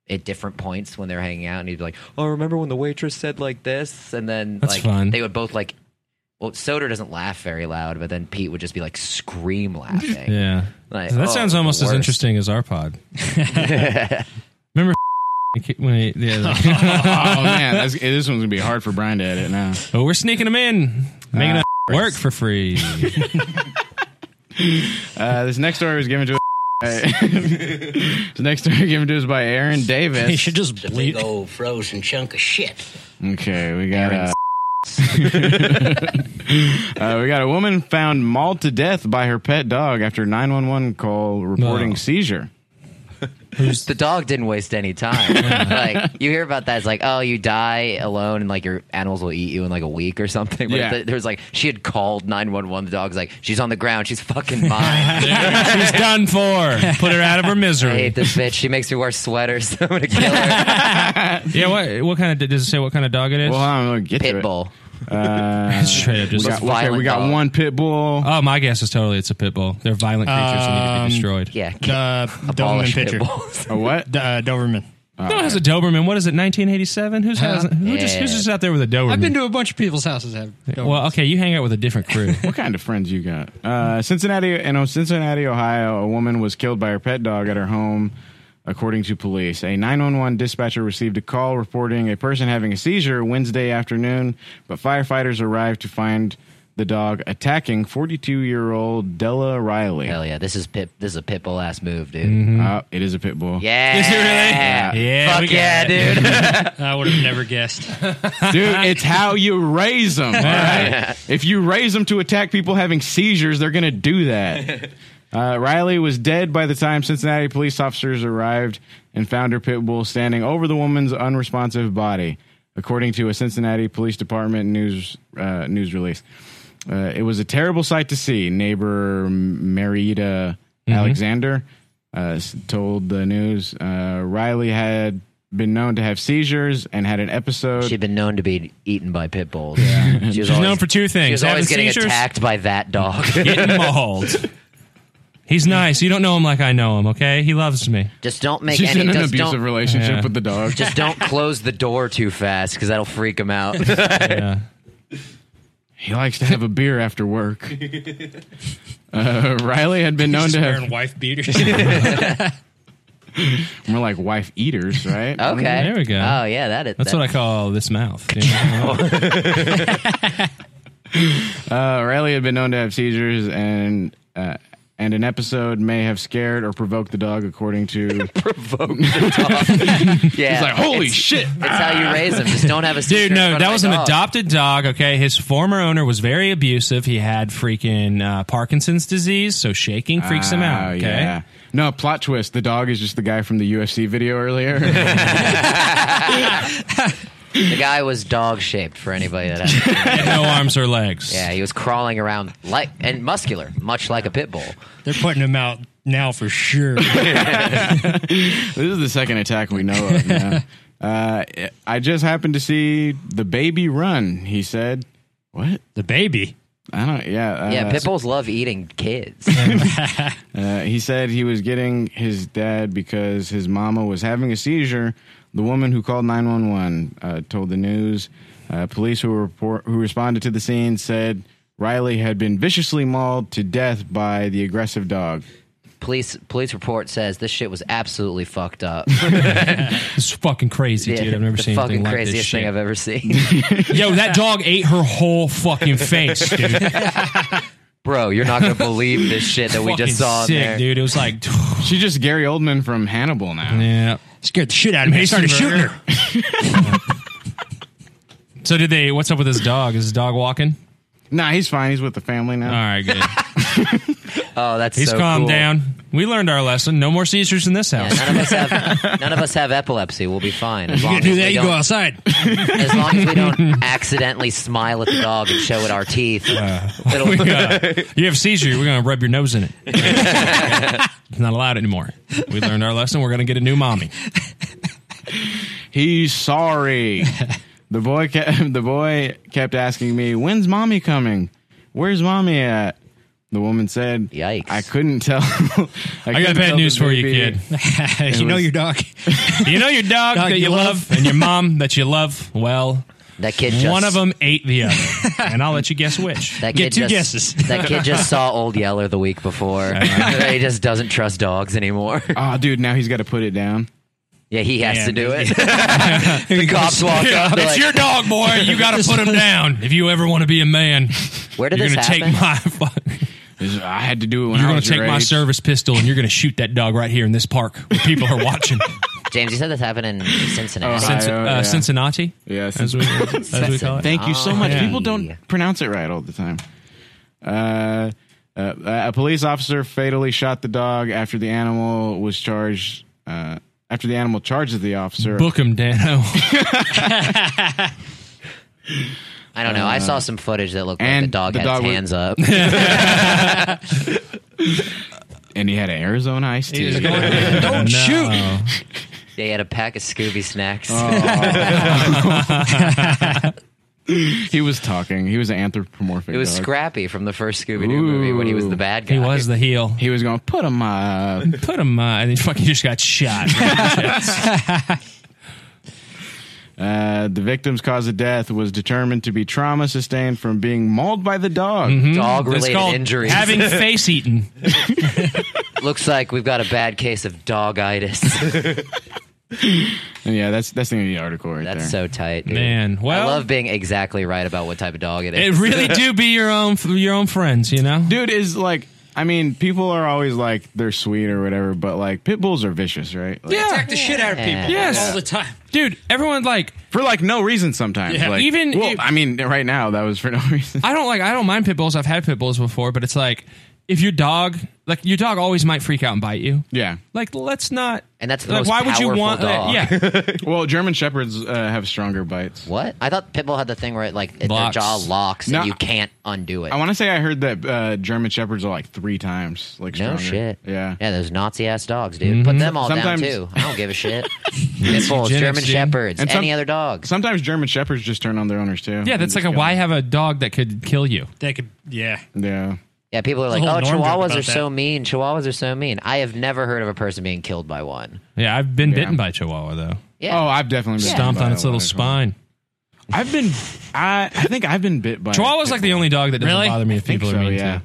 at different points when they were hanging out, and he'd be like, "Oh, remember when the waitress said like this?" And then That's like fun. they would both like well, Soder doesn't laugh very loud, but then Pete would just be like scream laughing. Yeah, Like, So that oh, sounds almost as worst. interesting as our pod. Remember when he, yeah, like- oh man, that's, this one's gonna be hard for Brian to edit now. Ah, Oh, we're sneaking them in, making them work for free. Uh, this next story was given to us. this next story given to us by Aaron Davis. You It's a big old frozen chunk of shit. Okay, we got uh, uh, we got a woman found mauled to death by her pet dog after 911 call reporting Wow. seizure. the dog didn't waste any time. like you hear about that, it's like, oh, you die alone, and like your animals will eat you in like a week or something. But Yeah. th- there was like she had called nine one one. The dog's like, she's on the ground. She's fucking mine. She's done for. Put her out of her misery. I hate this bitch. She makes me wear sweaters. I'm gonna kill her. yeah, what what kind of does it say what kind of dog it is? Well, I'm gonna get pit bull. Uh, Straight up, just We got- okay, we got Violent dog. one pit bull. Oh, my guess is totally it's a pit bull. They're violent creatures and need to be destroyed. Yeah, uh, Doberman abolish pitcher. pit A what? uh, Doberman. no, it has a Doberman. What is it? 1987? Who's has, who just who's just out there with a Doberman? I've been to a bunch of people's houses. that Have Doberman. well, okay, you hang out with a different crew. what kind of friends you got? Uh, Cincinnati, in Cincinnati, Ohio, a woman was killed by her pet dog at her home, according to police. A 911 dispatcher received a call reporting a person having a seizure Wednesday afternoon, but firefighters arrived to find the dog attacking 42-year-old Della Riley. Hell yeah, this is pit. This is a pit bull ass move, dude. Mm-hmm. Uh, it is a pit bull. Yeah. Is it really? Yeah, Fuck we got yeah, it. dude. I would have never guessed. Dude, it's how you raise them. all right? If you raise them to attack people having seizures, they're going to do that. Uh, Riley was dead by the time Cincinnati police officers arrived and found her pit bull standing over the woman's unresponsive body, according to a Cincinnati Police Department news uh, news release. Uh, it was a terrible sight to see. Neighbor Merida Alexander uh, s- told the news uh, Riley had been known to have seizures and had an episode. She'd been known to be eaten by pit bulls. She was She's known for two things: She was always having getting seizures, attacked by that dog. getting mauled. He's nice. You don't know him like I know him. Okay, he loves me. Just don't make She's any. in an just abusive don't- relationship Yeah. with the dog. Just don't close the door too fast because that'll freak him out. Yeah. He likes to have a beer after work. Uh, Riley had been known Just to wearing have wife beaters. more like wife eaters, right? Okay. There we go. Oh yeah, that is. That's that- what I call this mouth. you know? Uh, Riley had been known to have seizures, and uh, and an episode may have scared or provoked the dog, according to provoked the dog. Yeah. he's like, holy It's- shit! It's how you raise them. Just don't have a seizure Dude, in no, front that of was my an dog. adopted dog. Okay, his former owner was very abusive. He had freaking uh, Parkinson's disease, so shaking freaks him out. Ah, Oh, Okay, yeah. No plot twist. The dog is just the guy from the UFC video earlier. The guy was dog shaped for anybody that had no arms or legs. Yeah, he was crawling around like and muscular, much like a pit bull. They're putting him out now for sure. this is the second attack we know of. Now. Uh, I just happened to see the baby run. He said, "What the baby?" I don't. Yeah, uh, yeah, pit bulls love eating kids. Uh, he said he was getting his dad because his mama was having a seizure. The woman who called 911 uh, told the news. Uh, police who, report, who responded to the scene said Riley had been viciously mauled to death by the aggressive dog. police police report says this shit was absolutely fucked up. it's fucking crazy, dude. I've never the seen anything fucking like craziest this shit. thing I've ever seen. Yo, that dog ate her whole fucking face, dude. Bro, you're not gonna believe this shit that we Fucking just saw. in sick, there. dude. It was like she's just Gary Oldman from Hannibal now. Yeah, scared the shit out of me. I started shooting her. So did they? What's up with his dog? Is his dog walking? Nah, he's fine. He's with the family now. All right, good. oh, that's He's so calmed cool. down. We learned our lesson. No more seizures in this house. None of us have none of us have epilepsy. We'll be fine. As You long can do as that, we you go don't- outside. As long as we don't accidentally smile at the dog and show it our teeth, it'll, We, uh, you have a seizure. We're going to rub your nose in it. it's not allowed anymore. We learned our lesson. We're going to get a new mommy. He's sorry. the boy kept, the boy kept asking me, "When's mommy coming? Where's mommy at?" The woman said, "Yikes! I couldn't tell." I, I got couldn't bad tell news the for you, baby- kid. It you know was- your dog. You know your dog, Dog that you you love and your mom that you love. Well, that kid. one of just- them ate the other, and I'll let you guess which. That kid just, That kid just saw Old Yeller the week before. he just doesn't trust dogs anymore. Ah, dude, now he's got to put it down. Yeah, he has to do it. the cops walk up, they're It's like- your dog, boy. You got to put him down if you ever want to be a man. Where did You're this gonna happen? Take my. I had to do it when you're I going was to take your my age. service pistol and you're going to shoot that dog right here in this park where people are watching. James, you said this happened in Cincinnati. Cinci- uh, Cincinnati? Yeah, as we, as we call it. Thank you so much. Yeah. People don't pronounce it right all the time. Uh, uh, a police officer fatally shot the dog after the animal was charged. Uh, after the animal charges the officer, Book him, Dano. I don't know. I saw some footage that looked like and the dog the had dog its was- hands up. and he had an Arizona iced tea. Don't shoot. They had a pack of Scooby snacks. Oh, he was talking. He was an anthropomorphic. it was dog. Scrappy from the first Scooby Doo movie when he was the bad guy. He was the heel. He was going, put him up. Put him up. And he fucking just got shot. Uh, the victim's cause of death was determined to be trauma sustained from being mauled by the dog. Mm-hmm. Dog-related It's called injuries. having face eaten. Looks like we've got a bad case of dogitis. yeah, that's that's the end of the article right That's there. so tight, dude. Man, well- I love being exactly right about what type of dog it it is. really do be your own your own friends, you know. Dude is like, I mean, people are always like they're sweet or whatever, but like pit bulls are vicious, right? Like, Yeah. Attack the shit out of people. Yes. All the time. Dude, everyone like for like no reason sometimes. Yeah. like, Even well, if- I mean, right now that was for no reason. I don't like I don't mind pit bulls. I've had pit bulls before, but it's like if your dog like your dog always might freak out and bite you. Yeah. Like let's not And that's the like, most why would you powerful want dog. yeah. well, German shepherds uh, have stronger bites. What? I thought Pitbull had the thing where it, like it- their Locks. jaw locks No. and you can't undo it. I want to say I heard that uh, German shepherds are like three times like no stronger. shit. Yeah. Yeah, those Nazi ass dogs, dude. Put them all Sometimes- down too. I don't give a shit. Eugenics, Pitbulls, German dude. Shepherds, And some- any other dog. Sometimes German shepherds just turn on their owners too. Yeah, that's like a why have a dog that could kill you. That could, yeah. Yeah. Yeah, people are There's like, a "Oh, whole norm joke Chihuahuas about are so that. mean. Chihuahuas are so mean." I have never heard of a person being killed by one. Yeah, I've been Yeah. bitten by a chihuahua though. Yeah. Oh, I've definitely been Stomped bit by on a its little one as well. spine. I've been. I I think I've been bit by. Chihuahua's like the only dog that doesn't Really? bother me I if think people so, are mean yeah. to.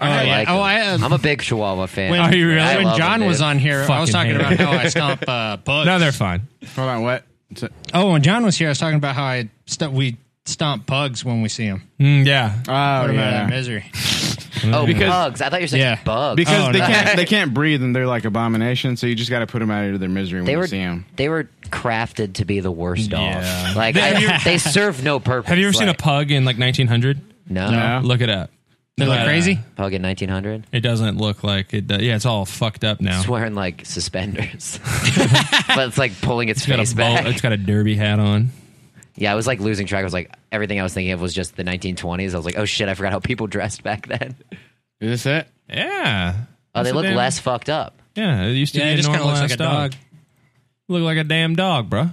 Oh, I yeah. like oh, them. I, uh, I'm a big Chihuahua fan. When, I When love John them, was dude. on here, I was Fucking talking hate about them. how I stomp uh, bugs. No, they're fine. Hold on, what? It's a- Oh, when John was here, I was talking about how I st- we stomp bugs when we see them. Mm, yeah. Uh, Oh Put 'em out of their yeah. misery. Oh, Because- bugs. I thought you were saying Yeah. bugs. Because Oh, they no. can't they can't breathe and they're like abomination. So you just got to put them out of their misery when They you were see them. they were crafted to be the worst dog. Yeah. Like Have I- you- they serve no purpose. Have you ever seen a like, pug in like 1900? No. No. Look it up. They look But, uh, crazy. pug in 1900? It doesn't look like it. Does. Yeah, it's all fucked up now. It's wearing like suspenders, but it's like pulling its, It's got face a bowl, back. it's got a derby hat on. yeah, I was like losing track. I was like everything I was thinking of was just the 1920s. I was like, oh shit, I forgot how people dressed back then. Is this it? Yeah. Oh, That's they a look damn- less fucked up. Yeah, it used to Yeah, be it a just kinda normal looks ass like a dog. dog. Look like a damn dog, bro.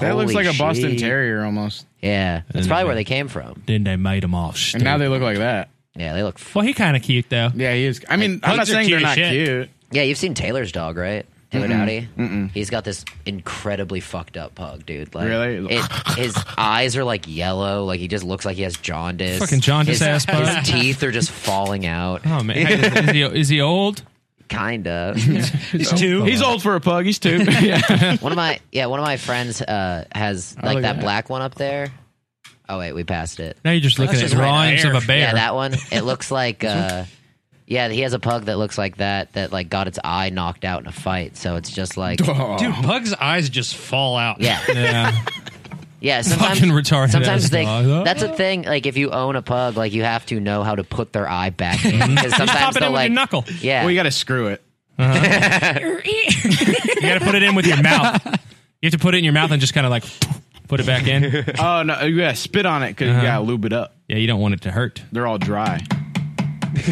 That looks Holy like a Boston shit. Terrier almost. Yeah, that's probably where they came from. Then they made them all. And now they look like that. Yeah, they look. F- Well, he kind of cute though. Yeah, he is. I mean, I'm not Pugs are saying they're cute not as shit. cute. yeah, you've seen Taylor's dog, right? Taylor Mm-mm. Dowdy. He's got this incredibly fucked up pug, dude. Like, Really? it- his eyes are like yellow. Like he just looks like he has jaundice. Fucking jaundice his, ass pug. His teeth are just falling out. Oh man, Hey, is, is he, is he old? Kinda. He's two. He's old for a pug. He's two. yeah. one of my yeah, one of my friends uh, has Oh, like look that at black one up there. Oh wait, we passed it. Now you're just looking at just right drawings there. of a bear. Yeah, that one. It looks like uh, yeah, he has a pug that looks like that that like got its eye knocked out in a fight. So it's just like Oh, Dude, pugs' eyes just fall out. yeah. yeah. Yeah, sometimes Fucking retarded Sometimes ass they. dog. That's a thing. Like if you own a pug, like you have to know how to put their eye back in because sometimes Pop it they'll in with like your knuckle. yeah. Well, you got to screw it. You got to put it in with your mouth. You have to put it in your mouth and just kind of like put it back in. Oh no, you got to spit on it because Uh-huh. you got to lube it up. Yeah, you don't want it to hurt. They're all dry. like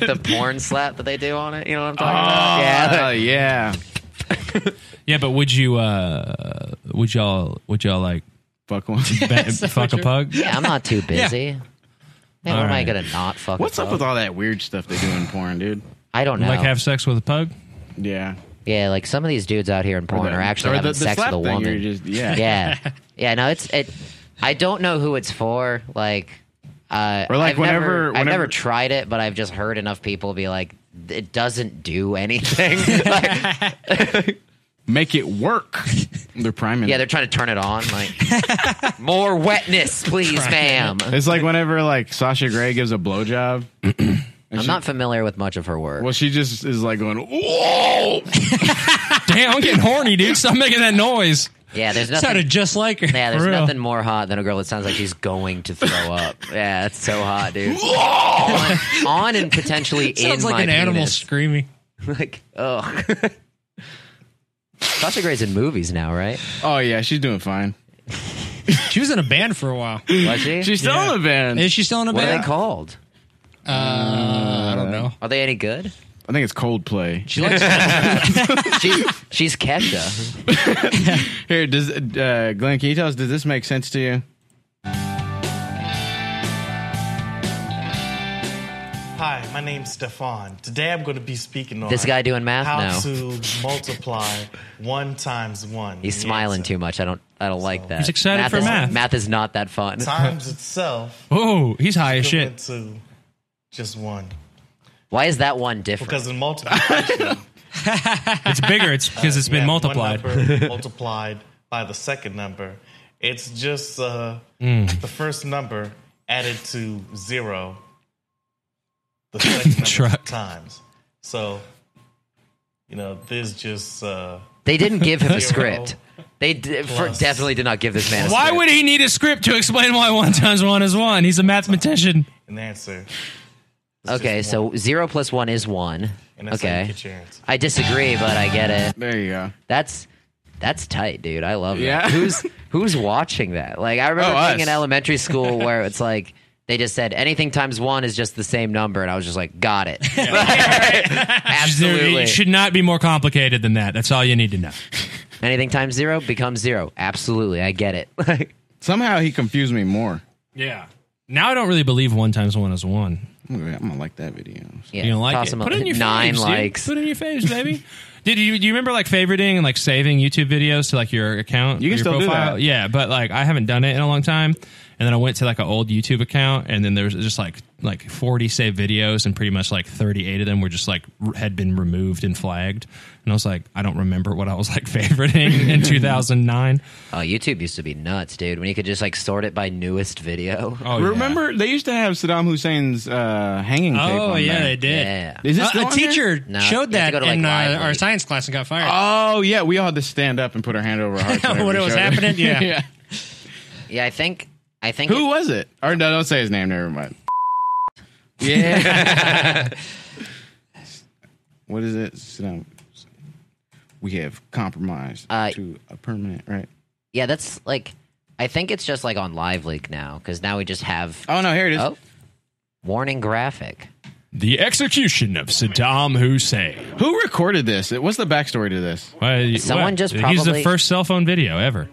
the porn slap that they do on it. You know what I'm talking about? Yeah. Oh yeah. Yeah, but would you? uh Would y'all? Would y'all like Fuck one. ba- fuck a pug? Yeah, I'm not too busy. Man, what am I Alright. gonna not fuck? a What's up pug? with all that weird stuff they do in porn, dude? I don't know. Like have sex with a pug? Yeah. yeah, like some of these dudes out here in porn the- are or actually the- having the sex with slap a thing, woman. you're just- yeah. yeah, yeah. No, it's it. I don't know who it's for. Like, uh, Or like I've whenever- never, I've whenever- never tried it, but I've just heard enough people be like, it doesn't do anything. Like, make it work. They're priming. Yeah, it. they're trying to turn it on. Like more wetness, please, ma'am. It's like whenever like Sasha Grey gives a blowjob. I'm I'm not familiar with much of her work. Well, she just is like going, "Whoa!" Damn, I'm getting horny, dude. Stop making that noise. Yeah, there's nothing. Sounded just like her. yeah, there's for real. nothing more hot than a girl that sounds like she's going to throw up. Yeah, it's so hot, dude. on, on and potentially Sounds in like my an animal penis. screaming. like, oh. Sasha Grey's in movies now, right? Oh yeah, she's doing fine. She was in a band for a while. Was she? She's still in the band. Is she still in a What are band? they called? Uh, I don't know. Are they any good? I think it's Coldplay. She looks. she's, she's Kesha. Here, does uh, Glenn? Can you tell us? Does this make sense to you? Hi, my name's Stefan. Today I'm going to be speaking on This guy doing math how now. to multiply one times one. He's smiling too much. I don't. I don't like that. He's excited math for is, math. Math is not that fun. times itself. Oh, he's high as shit. equivalent To just one. Why is that one different? Because in multiplication, It's bigger. It's because it's yeah, been one multiplied. number multiplied by the second number. It's just uh, Mm. the first number added to zero. The second number Truck. times. So, you know, there's just. Uh, They didn't give him a zero. script. They d- for, Plus. definitely did not give this man. a Why script. would he need a script to explain why one times one is one? He's a mathematician. An answer. Okay, so zero plus one is one. And that's how you Okay, get your answer. I disagree, but I get it. There you go. That's that's tight, dude. I love Yeah. that. Who's who's watching that? Like I remember Oh, being in us. elementary school where it's like they just said anything times one is just the same number, and I was just like, got it. Absolutely. It should not be more complicated than that. That's all you need to know. Anything times zero becomes zero. Absolutely, I get it. Like, Somehow he confused me more. Yeah. Now I don't really believe one times one is one. I'm gonna, I'm gonna like that video. yeah, You don't like toss it? them Put up. it in your nine faves, dude. likes. Put it in your faves, baby. Did you do you remember like favoriting and like saving YouTube videos to like your account? You can your still do profile? that. Yeah, but like I haven't done it in a long time. And then I went to like an old YouTube account, and then there was just like like forty saved videos, and pretty much like thirty eight of them were just like r- had been removed and flagged. And I was like, I don't remember what I was like favoriting in two thousand nine. Oh, YouTube used to be nuts, dude. When you could just like sort it by newest video. Oh, yeah. Remember, they used to have Saddam Hussein's uh, hanging tape. Oh on yeah, there. they did. Yeah. Is this Uh, still a on teacher No, you have showed to that go to, like, in uh, Live our Leak. science class and got fired. Uh, Oh yeah, we all had to stand up and put our hand over our heart. When it was happening, yeah. Yeah, I think I think Who was it? Or no, don't say his name. Never mind. Yeah. what is it? Saddam. We have compromised Uh, to a permanent right. Yeah, that's like I think it's just like on Live Leak now because now we just have Oh no, here it is. oh warning graphic. The execution of Saddam Hussein. Who recorded this? What's the backstory to this? Why- Someone why- just he's the probably- first cell phone video ever.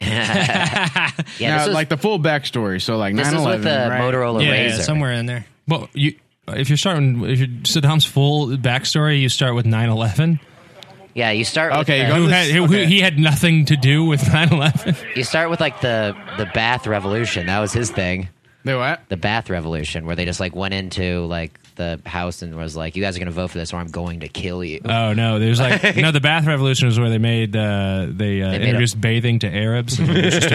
Yeah, now, this was like the full backstory. So like this 9 is 11. with the right? Motorola yeah, Razor. somewhere in there. Well, you if you're starting if you're Saddam's full backstory, you start with 9/11. Yeah, you start. Okay, you with the, go Who This- had, who, okay. He had nothing to do with 9/11. you start with like the the bath revolution. That was his thing. The what? The bath revolution, where they just like went into like the house and was like, "You guys are gonna vote for this, or I'm going to kill you." Oh no, there's like no. The bath revolution was where they made uh, they, uh, made introduced bathing to Arabs. and it was just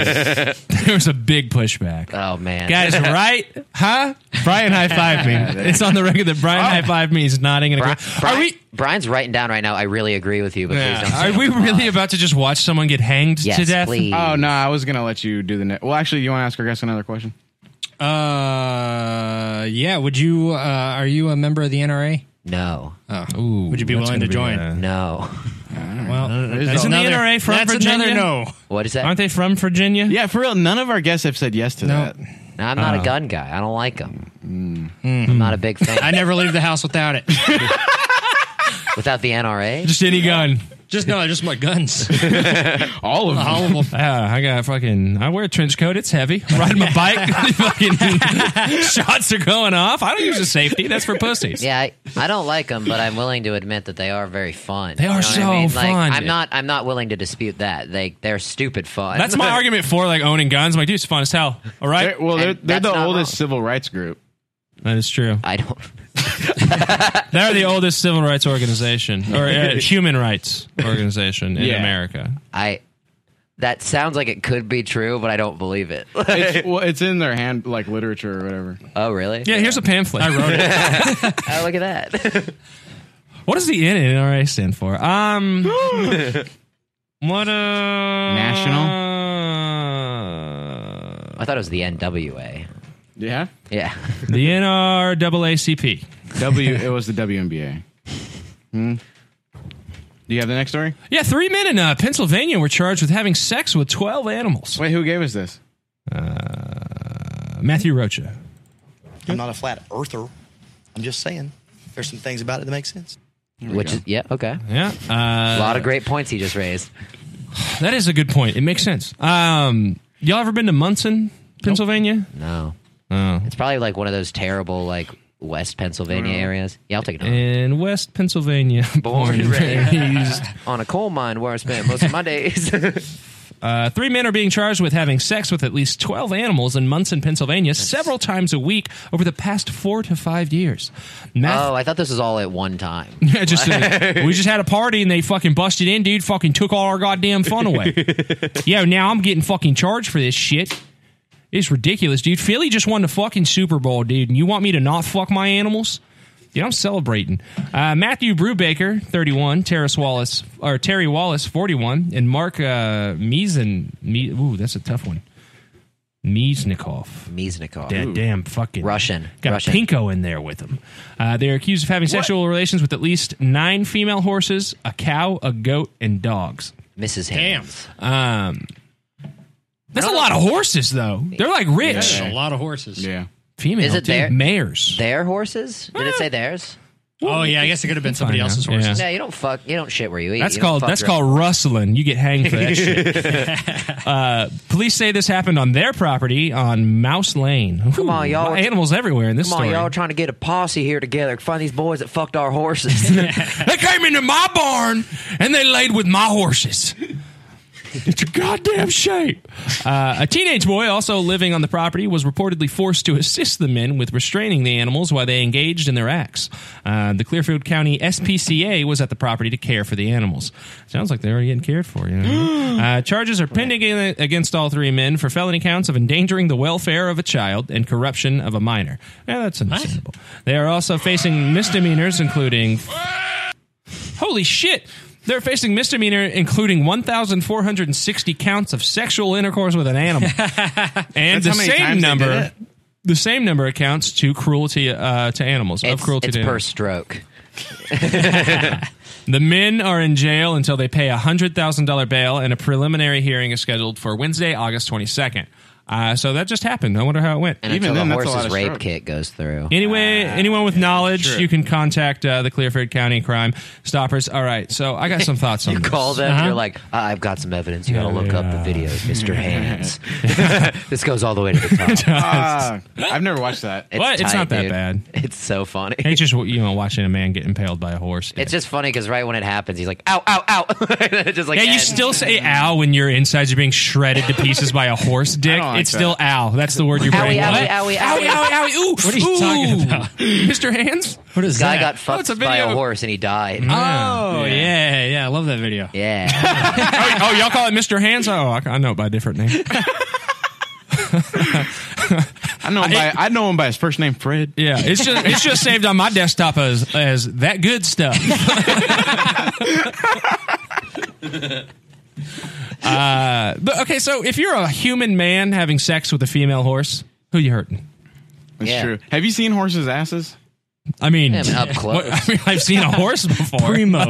a- there was a big pushback. oh man, Guys, right? Huh? Brian high five me. It's on the record that Brian high five me. He's nodding and Oh. Bri- agreeing. Are Brian- we? Brian's writing down right now. I really agree with you, but please don't. Yeah. say Are we it on the really pod." about to just watch someone get hanged Yes, to death? please. Oh no, I was gonna let you do the next. Well, actually, you want to ask our guest another question? Uh, yeah. Would you? Uh, are you a member of the NRA? No, Ooh, Would you be that's willing to gonna be, join? uh, no. Well, Is that's the another, NRA from that's Virginia? another no. What is that? Aren't they from Virginia? Yeah, for real. None of our guests have said yes to No. that. No, I'm not a gun guy. I don't like them. I'm not a big fan. I never leave the house without it. Without the NRA, Just any gun. Just no, just my guns. All of them. All of them. Yeah, I got fucking. I wear a trench coat. It's heavy. Riding my bike. fucking shots are going off. I don't use a safety. That's for pussies. yeah, I, I don't like them, but I'm willing to admit that they are very fun. They are what so Like, fun. I'm not. I'm not willing to dispute that. They they're stupid fun. That's my argument for like owning guns. I'm like, dude, it's fun as hell. All right. They're- well, they're, And they're that's the not oldest wrong. civil rights group. That is true. I don't. They're the oldest civil rights organization or uh, human rights organization in Yeah. America. I. That sounds like it could be true, but I don't believe it. it's, well, it's in their hand, like literature or whatever. Oh, really? Yeah, here's a pamphlet. I wrote it. oh, look at that. What does the NRA stand for? Um, what uh, national? I thought it was the NWA. Yeah, yeah. The NRAACP. W. It was the WNBA. Hmm? Do you have the next story? Yeah, three men in uh, Pennsylvania were charged with having sex with 12 animals. Wait, who gave us this? Uh, Matthew Rocha. I'm not a flat earther. I'm just saying. There's some things about it that make sense. Which is yeah okay yeah a lot of great points he just raised. That is a good point. It makes sense. Um, y'all ever been to Munson, Pennsylvania? No. It's probably like one of those terrible like West Pennsylvania Oh. Well, eh. areas. Yeah, I'll take it. In West Pennsylvania, born and raised. on a coal mine where I spent most of my days. Uh, three men are being charged with having sex with at least 12 animals in Munson, Pennsylvania, several times a week over the past four to five years. oh, I thought this was all at one time. Yeah, just uh, we just had a party and they fucking busted in, dude. Fucking took all our goddamn fun away. Yo, now I'm getting fucking charged for this shit. It's ridiculous, dude. Philly just won the fucking Super Bowl, dude, and you want me to not fuck my animals? Dude, I'm celebrating. Uh, Matthew Brubaker, 31, Terrace Wallace, or Terry Wallace, 41, and Mark uh, Meason. Me, ooh, that's a tough one. Meesnikov. Meesnikov. That Ooh. damn fucking Russian. Got Russian. a pinko in there with him. Uh, they're accused of having sexual relations with at least nine female horses, a cow, a goat, and dogs. Mrs. Hams. Um, that's a lot of horses, though. They're like rich. Yeah, a lot of horses. Yeah. Female, Is it dude, their- mares. Their horses? Did it say theirs? Oh, yeah, I guess it could have been somebody Fine, else's yeah. horses. No, you don't fuck. You don't shit where you eat. That's You don't called fuck that's around. called rustling. You get hanged for that shit. Uh, police say this happened on their property on Mouse Lane. Come on, y'all. Animals everywhere in this Come on, story. y'all trying to get a posse here together. Find these boys that fucked our horses. they came into my barn and they laid with my horses. It's a goddamn shape. Uh, a teenage boy also living on the property was reportedly forced to assist the men with restraining the animals while they engaged in their acts. Uh, the Clearfield County SPCA was at the property to care for the animals. Sounds like they're already getting cared for. You know? uh, charges are pending a- against all three men for felony counts of endangering the welfare of a child and corruption of a minor. Yeah, that's understandable. They are also facing misdemeanors, including Holy shit! They're facing misdemeanor, including 1,460 counts of sexual intercourse with an animal, and That's the how many same times they did number, it. the same number accounts to cruelty uh, to animals of cruelty it's to per animals. stroke. the men are in jail until they pay a hundred thousand dollar bail, and a preliminary hearing is scheduled for Wednesday, August 22nd. Uh, so that just happened. I wonder how it went. And uh, until the horse's rape kit goes through. Anyway, anyone with knowledge, sure. you can contact uh, the Clearfield County Crime Stoppers. All right, so I got some thoughts on you this. call them. Uh-huh. You're like, "I- I've got some evidence. You got to look up the videos, Mister Hands. this goes all the way to the top. Ah, I've never watched that. It's What? It's tight, not that dude. bad. It's so funny. It's just you know watching a man get impaled by a horse. It's just funny because right when it happens, he's like, "Ow, ow, ow!" And it just like yeah, you ends. still say "ow" when your insides are being shredded to pieces by a horse dick. like it's that. still "ow." That's the word your Owie, brain. owie, What? owie, owie, owie. owie, owie. Ooh, What are you ooh. talking about? Mr. Hands? What This guy that? got Oh, it's fucked a by a video. horse and he died. Oh, Yeah. yeah, yeah. I love that video. Yeah. oh, oh, y'all call it Mr. Hands? Oh, I, I know it by a different name. I know him by I know him by his first name, Fred. Yeah, it's just it's just saved on my desktop as as that good stuff. uh, but okay, so if you're a human man having sex with a female horse, who you hurting? That's true. Have you seen horses' asses? I mean, Yeah, I mean, up close. what- I mean, I've seen a horse before, Primo,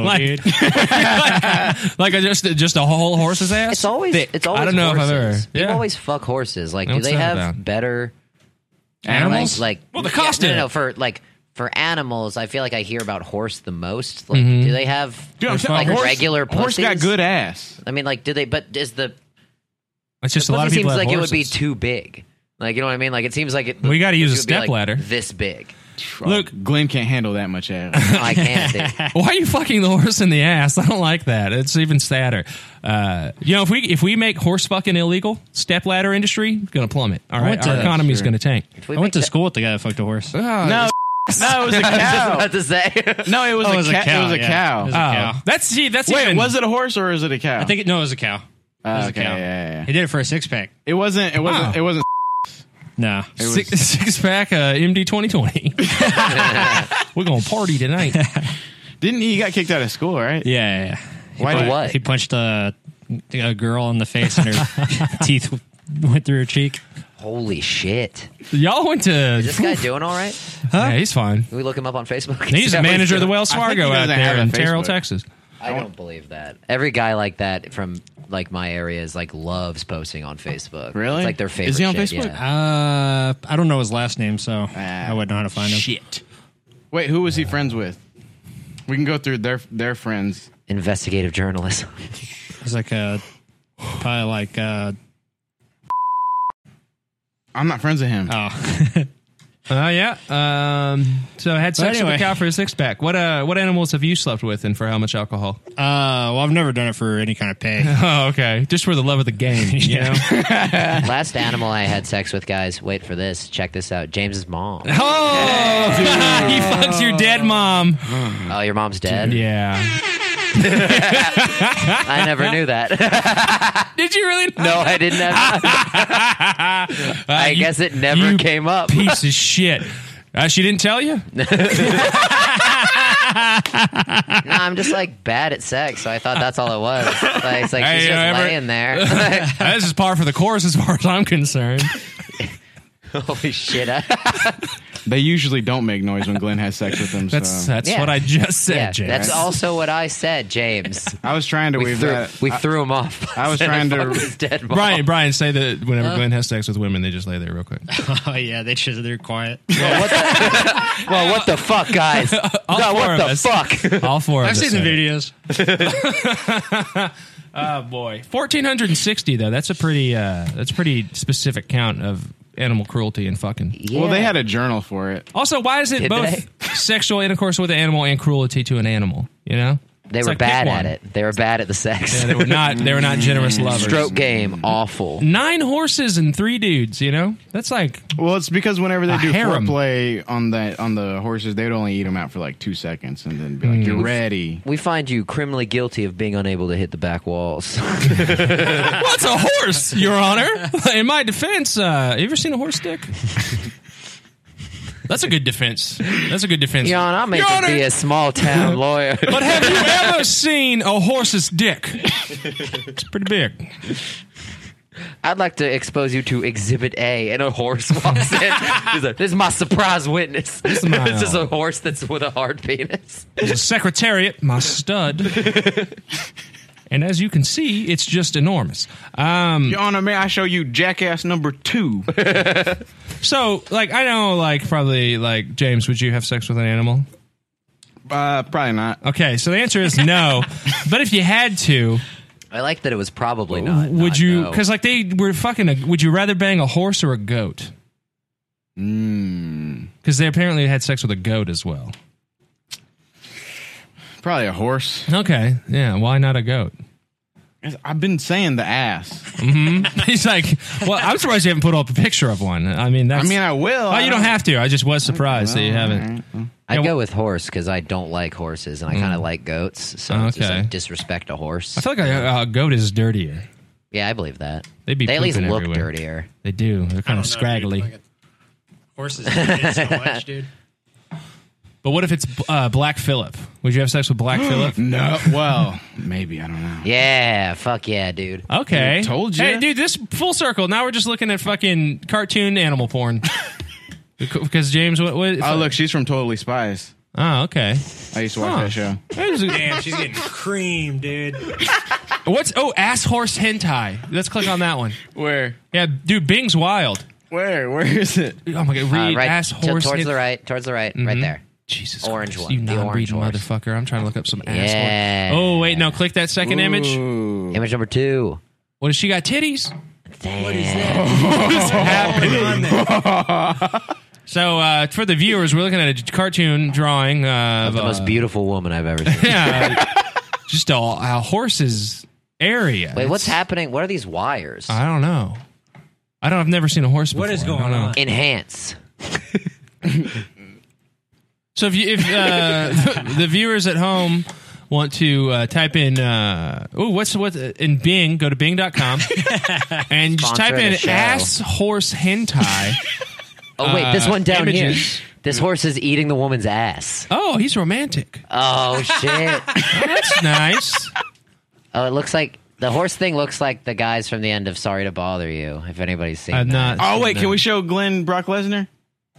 like, dude. like, like a, just just a whole horse's ass. It's always Thick. it's always I don't know horses. if I've ever. People Yeah. always fuck horses. Like, do What's they that have about? better Animals? Like, like Well, the cost yeah, of no, no, it. no, for like for animals, I feel like I hear about horse the most. Like, Mhm. do they have Dude, I'm like telling- horse- regular horse pussies? got good ass. I mean, like, do they? But is the It's just the a lot of pussy people seems have like horses. it would be too big. Like, you know what I mean? Like, it seems like it. We gotta it use a should be, like, stepladder. this big. Look, Glenn can't handle that much ass. I can't. dude. Why are you fucking the horse in the ass? I don't like that. It's even sadder. Uh, you know, if we if we make horse fucking illegal, step ladder industry gonna plummet. All I right, went our to- economy's Sure. gonna tank. Oh, I went to school with the guy that fucked a horse. no, fox. No, it was a I was just cow. about to say. No, it was, Oh, a, it was a ca- cow, It was a yeah. cow. It was a Oh. cow. That's see. That's wait. even- Was it a horse or is it a cow? I think it, no, it was a cow. It was okay, a cow. yeah, yeah. He did it for a six pack. It wasn't. It wasn't. Wow. It wasn't. No. Six, six pack uh, MD 2020. We're going to party tonight. Didn't he got kicked out of school, right? Yeah. yeah. He Why punched- did- what? He punched a, a girl in the face and her teeth went through her cheek. Holy shit. Y'all went to. Is this guy doing all right? Yeah, he's fine. Can we look him up on Facebook? He's the manager of the Wells Fargo out there in Terrell, Texas. I don't believe that. Every guy like that from like my area is like loves posting on Facebook. It's like their favorite. shit, yeah. Uh, I don't know his last name, so Ah, I wouldn't know how to find him. Shit. Wait, who was he friends with? We can go through their their friends. Investigative journalism. He's like a probably like uh I'm not friends with him. Oh. Oh yeah. Um, so I had Well, sex anyway. with a cow for a six pack. What uh, what animals have you slept with, and for how much alcohol? Uh, well, I've never done it for any kind of pay. oh, okay. Just for the love of the game, you know. Last animal I had sex with, guys. Wait for this. Check this out. James's mom. Oh, he fucks your dead mom. Oh, your mom's dead. Yeah. I never knew that. Did you really? Uh, no, I didn't. Have, I guess it never came up. Piece of shit. Uh, she didn't tell you. no, I'm just like bad at sex, so I thought that's all it was. Like, it's like Hey, she's you just know, ever- laying there. Uh, this is par for the course, as far as I'm concerned. Holy shit! I- They usually don't make noise when Glenn has sex with them. That's- so. that's Yeah. what I just said, Yeah, James. That's also what I said, James. I was trying to we wave threw, that. We I- threw him off. I was Said trying to- fucked his dead mom. Brian, Brian, say that whenever Uh. Glenn has sex with women, they just lay there real quick. oh yeah, they just they're quiet. Well, what the fuck, guys? All God, four what of the us. fuck? All four. of I've us seen the said it. videos. Oh boy, fourteen hundred and sixty though. That's a pretty uh, that's a pretty specific count of animal cruelty and fucking. Well, they had a journal for it. Also, why is it Did both they? sexual intercourse with an animal and cruelty to an animal? You know, They It's were like, pick bad at one. it. They were bad at the sex. Yeah, they were not. They were Mm. not generous lovers. Stroke game, awful. Nine horses and three dudes. You know, that's like Well, it's because whenever they A do harem. foreplay on the on the horses, they'd only eat them out for like two seconds and then be like, "You're ready." We find you criminally guilty of being unable to hit the back walls. what's a horse, Your Honor? In my defense, uh, you ever seen a horse stick? That's a good defense. That's a good defense. Your Honor, I may Your just Honor, be a small town lawyer. But have you ever seen a horse's dick? It's pretty big. I'd like to expose you to Exhibit A, and a horse walks in. He's like, this is my surprise witness. This is my- is a horse that's with a hard penis. There's a secretariat, my stud. And as you can see, it's just enormous. Um, Mm. Your Honor, may I show you jackass number two? so, like, I know, like, probably, like, James, would you have sex with an animal? Uh, probably not. Okay, so the answer is no. but if you had to, I like that it was probably not. Uh, would not, you? no. Because like they were fucking. A, would you rather bang a horse or a goat? Hmm. Because they apparently had sex with a goat as well. Probably a horse. Okay, yeah. Why not a goat? I've been saying the ass. hmm He's like, well, I'm surprised you haven't put up a picture of one. I mean, that's. I mean, I will. Oh, you don't have to. I just was surprised that you haven't. I'd go with horse because I don't like horses and I kind of like goats. So it's just Mm. Okay. like disrespect a horse. I feel like a, a goat is dirtier. yeah, I believe that. They'd be they at least pooping look everywhere. dirtier. They do. They're kind of scraggly. Horses did so much, dude. But what if it's uh, Black Phillip? Would you have sex with Black Phillip? No. Well, maybe I don't know. Yeah, fuck yeah, dude. Uh, Okay. Told ya. Hey, dude, this full circle. Now we're just looking at fucking cartoon animal porn. Because James, what? what Oh, look, she's from Totally Spies. Oh, okay. I used to watch Huh. that show. Damn, she's getting creamed, dude. What's oh ass horse hentai? Let's click on that one. Where? Yeah, dude, Bing's wild. Where? Where is it? Oh my god, Uh, read right ass to- horse. Mm-hmm. towards hen- the right, towards the right, right there. Jesus, orange one, You the orange non-breeding horse. motherfucker. I'm trying to look up some ass. horse- Yeah. Oh wait, no, click that second image. Image number two. What does she got? Titties. What is that? What's happening? so uh, for the viewers, we're looking at a cartoon drawing uh, Of the uh, most beautiful woman I've ever seen. yeah, just a, a horse's area. Wait, what's It's- Uh, happening? What are these wires? I don't know. I don't. I've never seen a horse. Before. What is I don't going know. on? Enhance. So if you, if uh, the, the viewers at home want to uh, type in uh, oh what's what in Bing, go to Bing.com and just Sponsor type of the in show. ass horse hentai. Oh wait, this uh, one down images. here. This horse is eating the woman's ass. Oh, he's romantic. Oh shit. That's nice. Oh, it looks like the horse thing looks like the guys from the end of Sorry to Bother You. If anybody's seen, I've that. Oh wait, can we show Glenn Brock Lesnar?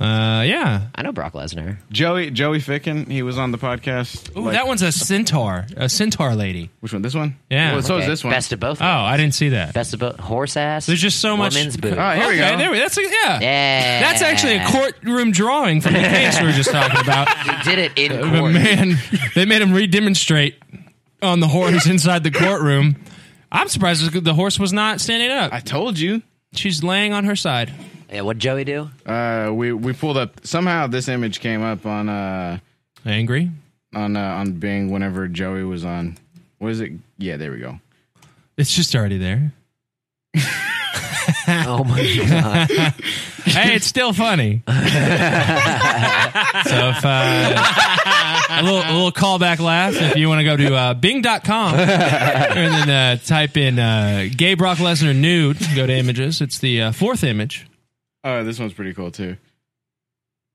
Uh, yeah. I know Brock Lesnar. Joey Joey Ficken, he was on the podcast. Ooh, that one's a centaur, a centaur lady. Which one? This one? Yeah. Well, so is this one. Best of both. Oh, I didn't see that. Best of both. Horse ass. There's just so much. Woman's boob. Oh, here we go. There we, that's a, yeah. Yeah. That's actually a courtroom drawing from the case we were just talking about. He did it in Of a court. man, they made him re-demonstrate on the horse inside the courtroom. I'm surprised the horse was not standing up. I told you. She's laying on her side. Yeah, what'd Joey do? Uh, we we pulled up somehow this image came up on uh angry on uh, on Bing whenever Joey was on. What is it? Yeah, there we go. It's just already there. oh my God. hey, it's still funny. so if uh, a little a little callback laugh, if you want to go to uh, Bing.com and then uh, type in uh, "gay Brock Lesnar nude," go to images. It's the uh, fourth image. Oh, this one's pretty cool too.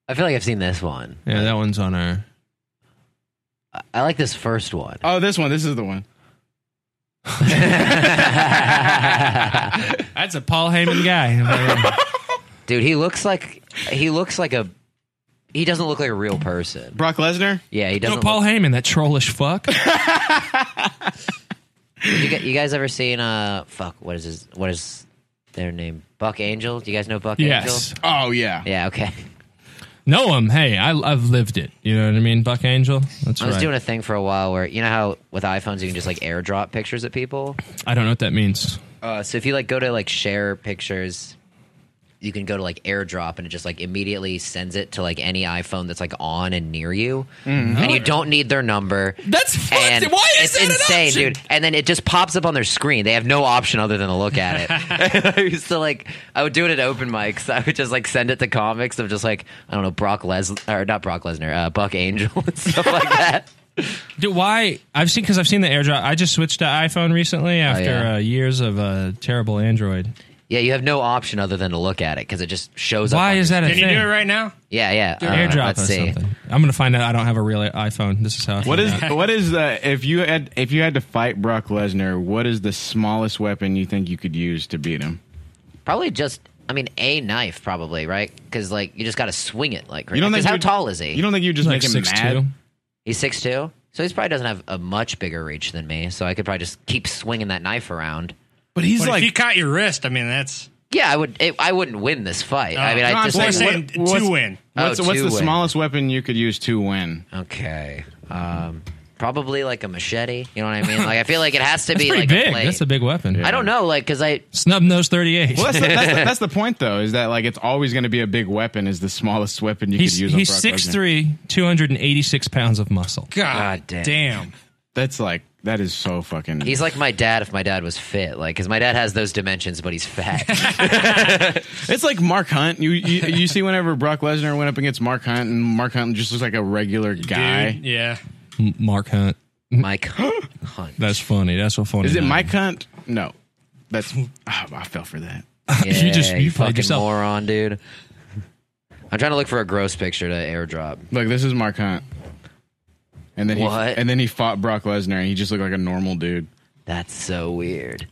I feel like I've seen this one. Yeah, that one's on our. I like this first one. Oh, this one. This is the one. That's a Paul Heyman guy. Dude, he looks like he looks like a he doesn't look like a real person. Brock Lesnar. Yeah, he No, doesn't. Paul Heyman, that trollish fuck. look, you, gu- you guys ever seen uh fuck what is his what is their name? Buck Angel. Do you guys know Buck Yes. Angel? Oh yeah. Yeah. Okay. know him? Hey, I, I've lived it. You know what I mean, Buck Angel. That's I was right. doing a thing for a while where you know how with iPhones you can just like airdrop pictures at people. I don't know what that means. Uh, so if you like go to like share pictures, you can go to like airdrop and it just like immediately sends it to like any iPhone that's like on and near you, Mhm. and you don't need their number. That's and Why is it's that an insane, option? dude? And then it just pops up on their screen. They have no option other than to look at it. I used to like I would do it at open mics. I would just like send it to comics of just like I don't know Brock Lesnar or not Brock Lesnar, uh, Buck Angel and stuff like that. Dude, why? I've seen because I've seen the AirDrop. I just switched to iPhone recently after Oh, yeah. uh, years of uh, terrible Android. Yeah, you have no option other than to look at it because it just shows up. Why on is your that a screen. thing? Can you do it right now? Yeah, yeah. Uh, AirDrop let's us see. something. I'm gonna find out. I don't have a real iPhone. This is how. I What found is out. what is the if you had if you had to fight Brock Lesnar, what is the smallest weapon you think you could use to beat him? Probably just. I mean, a knife probably, right? Because like you just got to swing it like. You don't crazy. think 'Cause how you'd- tall is he? you don't think you'd just Like make him 6'2"? mad? He's six two, so he probably doesn't have a much bigger reach than me. So I could probably just keep swinging that knife around. But he's like, if he caught your wrist. I mean, that's Yeah, I would. It, I wouldn't win this fight. I Oh. mean, No, I I'm just saying like, what- And to win. What's, Oh, what's to the win. smallest weapon you could use to win? Okay. Um, probably like a machete. You know what I mean? Like I feel like it has to That's be pretty like a big. blade. That's a big weapon. I don't know, like because I Snub nose 38. Well, that's the, that's, the, that's the point, though, is that like it's always going to be a big weapon. Is the smallest weapon you he's could use. he's on Brock Lesnar. 6'3", 286 pounds of muscle. God damn. That's like that is so fucking. He's like my dad if my dad was fit, like because my dad has those dimensions, but he's fat. It's like Mark Hunt. You you, you see whenever Brock Lesnar went up against Mark Hunt, and Mark Hunt just looks like a regular guy. yeah. M- Mark Hunt. Mike Hunt. That's funny. That's what funny. Is it name. Mike Hunt? No, that's oh, I fell for that. You just- Yeah, you played fucking yourself. moron, dude. I'm trying to look for a gross picture to airdrop. Look, this is Mark Hunt. And then he and then he fought Brock Lesnar, and he just looked like a normal dude. That's so weird.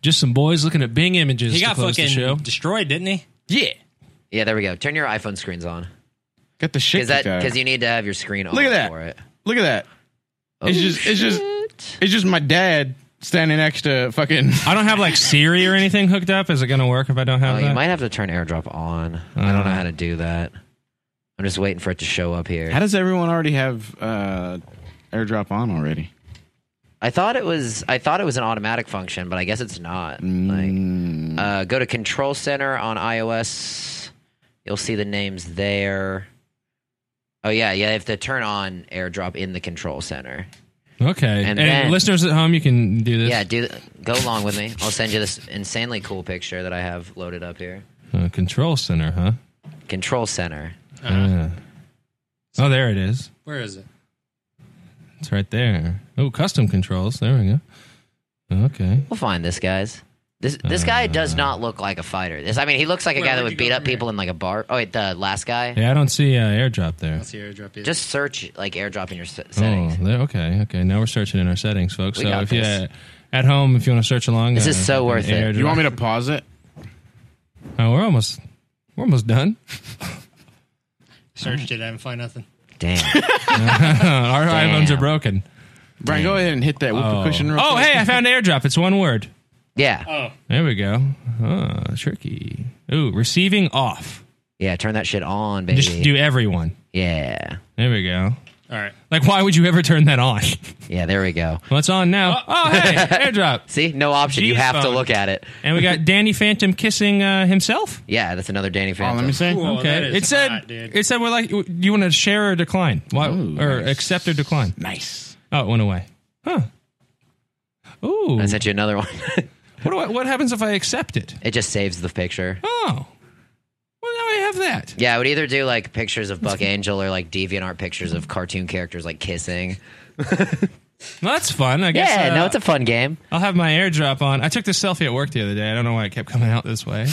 Just some boys looking at Bing images. He to got close the show. fucking destroyed, didn't he? Yeah. Yeah, there we go. Turn your iPhone screens on. Got the shit Because that kicked out of because him. you need to have your screen on Look at that. for it. Look at that. it's Oh, just it's just it's just my dad standing next to fucking. I don't have like Siri or anything hooked up. Is it gonna work if I don't have Oh, that? you might have to turn airdrop on. I don't know how to do that. I'm just waiting for it to show up here. How does everyone already have uh, AirDrop on already? I thought it was I thought it was an automatic function, but I guess it's not. Like, uh, go to Control Center on iOS. You'll see the names there. Oh yeah, yeah. If they turn on AirDrop in the Control Center, Okay. And And, then- listeners at home, you can do this. yeah. Do th- go along with me. I'll send you this insanely cool picture that I have loaded up here. Uh, control center, huh? Control Center. Uh, Oh, there it is. Uh-huh. Where is it? It's right there. Oh, custom controls. There we go. Okay. We'll find this, guys. This this guy does not look like a fighter. This I mean, he looks like a guy that would beat up people in like a bar. Oh wait, the last guy. Yeah, I don't see uh, airdrop there. Just search like airdrop in your se- Oh, settings. there, okay, okay. Now we're searching in our settings, folks. We so got if you uh, this. at home, if you want to search along, uh, This is so worth it. You want me to pause it? Oh, we're almost we're almost done. Searched it. I didn't find nothing. Damn. our iPhones are broken. Brian, go ahead and hit that whoopee oh. cushion real oh, quick. hey, I found airdrop. It's one word. Yeah. Oh. There we go. Oh, tricky. Ooh, receiving off. Yeah, turn that shit on, baby. Just do everyone. Yeah. There we go. All right. Like, why would you ever turn that on? Yeah, there we go. Well, it's on now. Oh, hey, airdrop. See, no option. you G's have to phone. look at it. And we got Danny Phantom kissing uh, himself. Yeah, that's another Danny Oh, Phantom. okay. It said. it said we're like. Do you want to share or decline? Why, or accept or decline? Nice. Oh, it went away. Huh. Ooh. I sent you another one. what do I, What happens if I accept it? It just saves the picture. Oh. Well, now I have that. Yeah, I would either do like pictures of Buck Angel or like DeviantArt pictures of cartoon characters like kissing. Well, that's fun. I guess. Yeah, uh, no, it's a fun game. I'll have my airdrop on. I took this selfie at work the other day. I don't know why it kept coming out this way.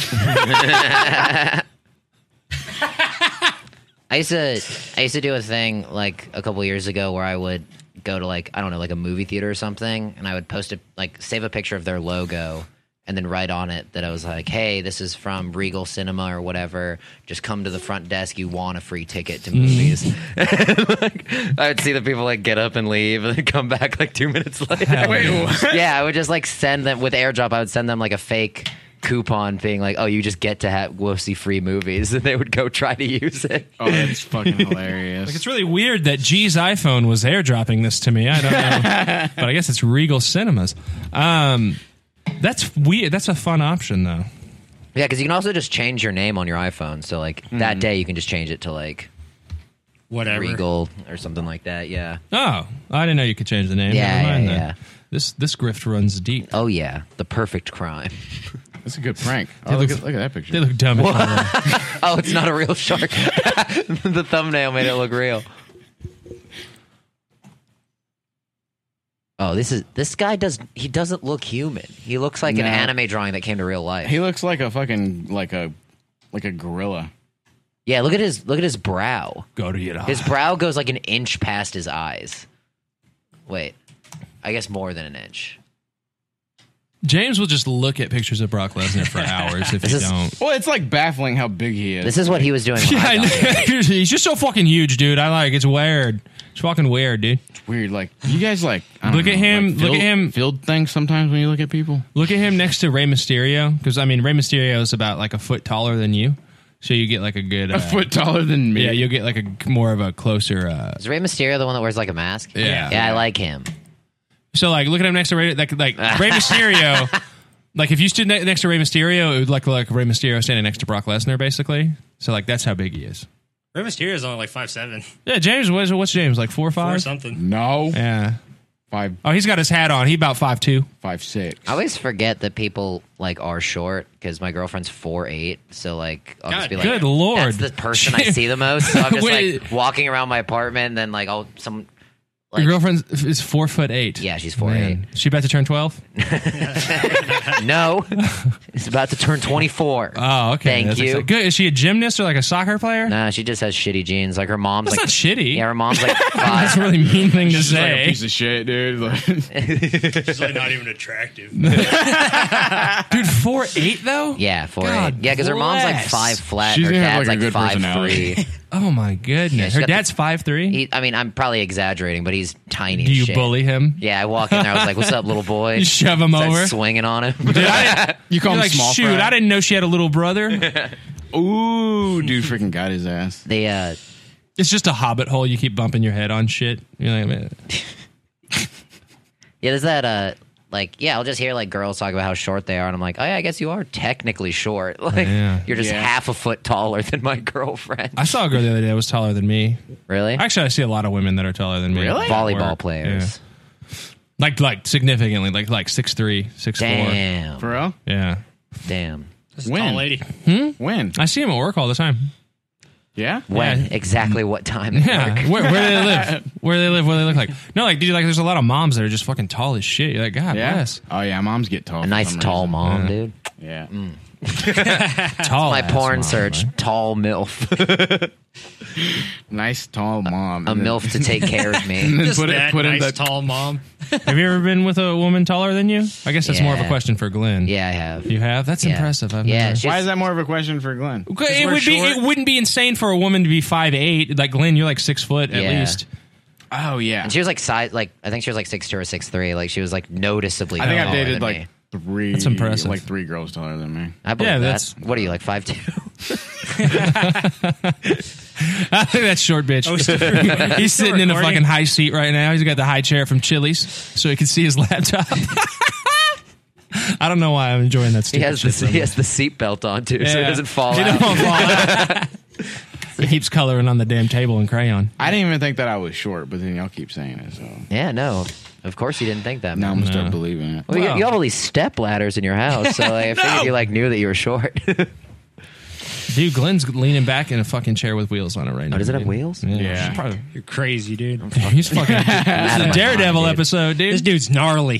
I used to I used to do a thing like a couple years ago where I would go to like I don't know like a movie theater or something, and I would post a like save a picture of their logo and then write on it that I was like, hey, this is from Regal Cinema or whatever. Just come to the front desk. You want a free ticket to movies. like, I would see the people like get up and leave and then come back like two minutes later. Yeah, I would just like send them with airdrop. I would send them like a fake coupon being like, oh, you just get to have we'll see free movies, and they would go try to use it. Oh, that's fucking hilarious. Like it's really weird that G's iPhone was airdropping this to me. I don't know, but I guess it's Regal Cinemas. Um, that's weird. That's a fun option though. Yeah, because you can also just change your name on your iPhone. So like that day, you can just change it to like whatever Regal or something like that. Yeah. Oh, I didn't know you could change the name. Yeah, Never mind yeah, then. yeah. This this grift runs deep. Oh yeah, the perfect crime. That's a good prank. They Oh, look, look- at, look at that picture. They look dumb. What? As hell. oh, it's not a real shark. the thumbnail made it look real. Oh, this is this guy does he doesn't look human. He looks like an No. anime drawing that came to real life. He looks like a fucking like a like a gorilla. Yeah, look at his look at his brow. Go to your His brow goes like an inch past his eyes. Wait, I guess more than an inch. James will just look at pictures of Brock Lesnar for hours if This you is- don't. Well, it's like baffling how big he is. This is what he was doing. When Yeah, I I got here. know. he's just so fucking huge, dude. I like it's weird. It's fucking weird, dude. It's weird. Like you guys like I don't look at know, him. like, look field- at him. Field things sometimes when you look at people. Look at him next to Rey Mysterio because I mean Rey Mysterio is about like a foot taller than you, so you get like a good uh, A foot taller than me. Yeah, you'll get like a more of a closer. Uh, Is Rey Mysterio the one that wears like a mask? Yeah. Yeah, I like him. so like look at him next to Rey like like Rey Mysterio. like if you stood ne- next to Rey Mysterio, it would look like Rey Mysterio standing next to Brock Lesnar, basically. So like that's how big he is. Rey Mysterio is only like five seven. Yeah, James. What's, what's James like? Four or Four five? something. No. Yeah. Five. Oh, he's got his hat on. He about five two. Five six. I always forget that people like are short because my girlfriend's four eight. So like, I'll just God be like, good lord. that's the person I see the most. So I'm just Wait. like walking around my apartment, and then like, I'll some Your girlfriend is four foot eight. Yeah, she's four eight. She about to turn twelve. no, it's about to turn twenty four. Oh, okay. Thank That's you. exciting. Good. Is she a gymnast or like a soccer player? Nah, she just has shitty jeans. Like her mom's That's like not shitty. Yeah, her mom's like five. That's a really mean thing to He's like a say. piece of shit, dude. Like- She's like not even attractive. Dude, four eight though. Yeah, four God eight. Yeah, because her mom's like bless. five flat. She's her gonna have, dad's like, a like, good five personality. three. Oh my Yeah, goodness. she Her got the- dad's five three. He, I mean, I'm probably exaggerating, but he's tiny. Do as you shit. bully him? Yeah, I walk in there. I was like, "What's up, little boy?" You shove him Start over? swinging on him. you call You're him like, small. Shoot, I didn't know she had a little brother. didn't. Ooh, dude, freaking got his ass. They uh, it's just a hobbit hole. You keep bumping your head on shit. You're like, man. Yeah, there's that uh like yeah, I'll just hear like girls talk about how short they are, and I'm like, oh yeah, I guess you are technically short. Like Yeah. you're just Yeah. half a foot taller than my girlfriend. I saw a girl the other day that was taller than me. Really? Actually, I see a lot of women that are taller than me. Really? at Volleyball work. players. Yeah. Like, like significantly, like, like six three, six four. Damn. For real? Yeah. Damn. This is a tall lady. Hmm? When? I see him at work all the time. Yeah. When exactly what time? at Yeah, work. where, where do they live? Where do they live? What do they look like? No, like dude, like there's a lot of moms that are just fucking tall as shit. You're like, God Yeah? bless. Oh yeah, moms get tall. A nice tall mom, Mm. Yeah. Oh, dude. Yeah. tall. My ass porn mom, search: tall milf. nice tall mom. A And then- milf to take care of me. And then Just put it, that put in nice the tall mom. Have you ever been with a woman taller than you? I guess that's more of a Yeah. question for Glenn. Yeah, I have. You have? That's Yeah. impressive. I've Yeah, never- she's- Why is that more of a question for Glenn? Okay, It would be. It wouldn't be insane for a woman to be five eight. Like Glenn, you're like six foot at Yeah. least. Oh yeah. And she was like size, like I think she was like six two or six three. Like she was like noticeably. I think I've taller dated Oh, than like me. three. That's impressive. Like three girls taller than me. I believe Yeah, that's, that's- What are you like five two? I think that's short bitch. Oh, still recording? He's Still sitting in a recording? fucking high seat right now. He's got the high chair from Chili's, so he can see his laptop. I don't know why I'm enjoying that. He Stupid has shit the so he much. has the seatbelt on too, so it Yeah. doesn't fall You out. don't He keeps coloring on the damn table in crayon. I didn't even think that I was short, but then y'all keep saying it. So yeah, no. Of course, you didn't think that. now I'm Man. gonna start believing it. Well, you, you have all these step ladders in your house, so like, I figured you like knew that you were short. Dude, Glenn's leaning back in a fucking chair with wheels on it right now. Oh, does it have dude. wheels? Yeah. Yeah. Probably- You're crazy, dude. He's fucking. this is a Daredevil episode, dude. This dude's gnarly.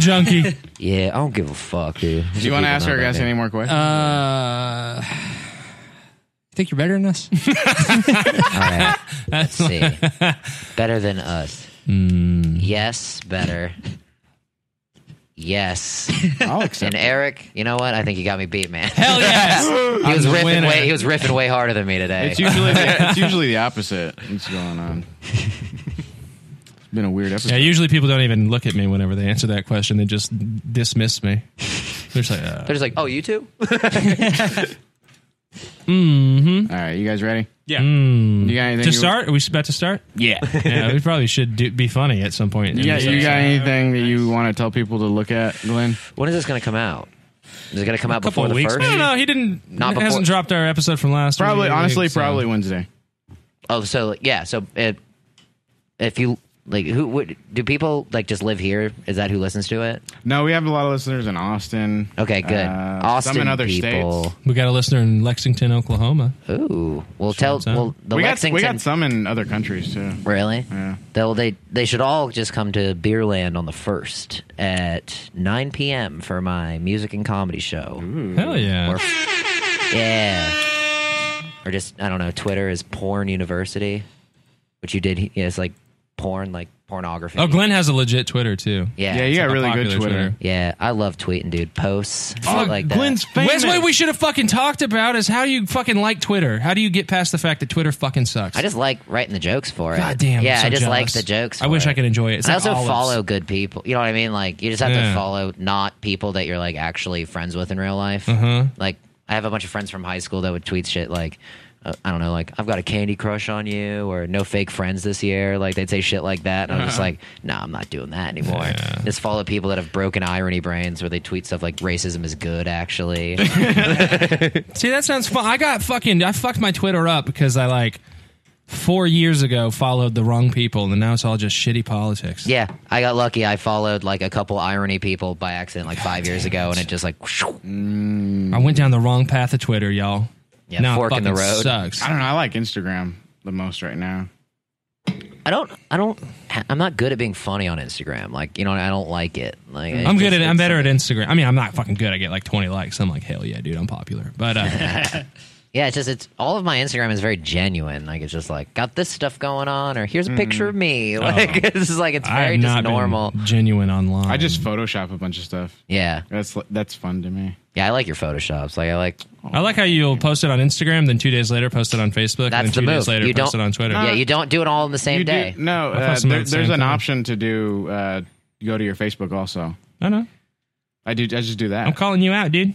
junkie. yeah, I don't give a fuck, dude. Do you want to ask our guys any more questions? Uh, you think you're better than us? All right, let's see. Better than us? Hmm. Yes, better. Yes. I'll accept. And Eric, you know what? I think you got me beat, man. Hell yes. he was I'm the riffing winner. way he was riffing way harder than me today. It's usually the, it's usually the opposite. What's going on? It's been a weird yeah, episode. usually people don't even look at me whenever they answer that question. They just dismiss me. They're just like, uh, They're just like, oh, you too? mm-hmm. All right, you guys ready? Yeah. Hmm. You got anything To you- start? Are we about to start? Yeah. yeah, we probably should do, be funny at some point. in Yeah, this you episode. got anything that you want to tell people to look at, Glenn? When is this going to come out? Is it going to come out couple before of the weeks, first? No, no, he didn't. Not Not hasn't before- dropped our episode from last. Probably, week, honestly, so- probably Wednesday. Oh, so like, yeah, so it, if you like, who would do people like just live here? Is that who listens to it? No, we have a lot of listeners in Austin. Okay, good. Uh, Austin some in other people. states. We got a listener in Lexington, Oklahoma. Ooh, well, tell Shout out. well the we got Lexington. we got some in other countries too. really? Yeah. They'll, they they should all just come to Beerland on the first at 9 p.m. for my music and comedy show. Hell yeah. Or, yeah. Or just I don't know. Twitter is Porn University, which you did. Yeah, it's like porn, like pornography. Oh, Glenn has a legit Twitter too. Yeah. Yeah, you got a really good popular Twitter. Twitter. Yeah, I love tweeting, dude. Posts Oh, shit like that. Where's what we should have fucking talked about is how do you fucking like Twitter? How do you get past the fact that Twitter fucking sucks? I just like writing the jokes for it. God damn, I'm Yeah, so I just like jealous. the jokes. I for wish it. I could enjoy it. It's And I like also olives. follow good people. You know what I mean? Like you just have Yeah. to follow not people that you're like actually friends with in real life. Mm-hmm. Like I have a bunch of friends from high school that would tweet shit like. uh, I don't know, like I've got a candy crush on you, or no fake friends this year. Like they'd say shit like that, and I'm just like, nah, I'm not doing that anymore. Just follow people that have broken irony brains, where they tweet stuff like racism is good, actually. See, that sounds fun. I got fucking I fucked my Twitter up because I like four years ago followed the wrong people, and now it's all just shitty politics. Yeah, I got lucky. I followed like a couple irony people by accident like five years ago, and it just like whew, I went down the wrong path of Twitter, y'all. yeah, now it fork in the fucking road. sucks. I don't know. I like Instagram the most right now. I don't, I don't, I'm not good at being funny on Instagram. Like you know, I don't like it. Like it I'm just- good at. I'm it's- better at Instagram. I mean, I'm not fucking good. I get like 20 likes. I'm like, hell yeah, dude, I'm popular. But uh, Yeah, it's just it's all of my Instagram is very genuine. Like it's just like got this stuff going on, or here's a picture of me. Like this is like it's Mm-hmm. Oh. I very have just not normal. been genuine online. I Mm. just Photoshop a bunch of stuff. Yeah, That's that's fun to me. yeah, I like your photoshops. Like I like I like how you'll post it on Instagram, then two days later post it on Facebook, and that's then the two move. days later you post don't it on Twitter. Yeah, you don't do it all in the same You do- day. no, I thought uh, someone there- had the there's same an thing. option to do uh, go to your Facebook also. I know. I do. I just do that. I'm calling you out, dude.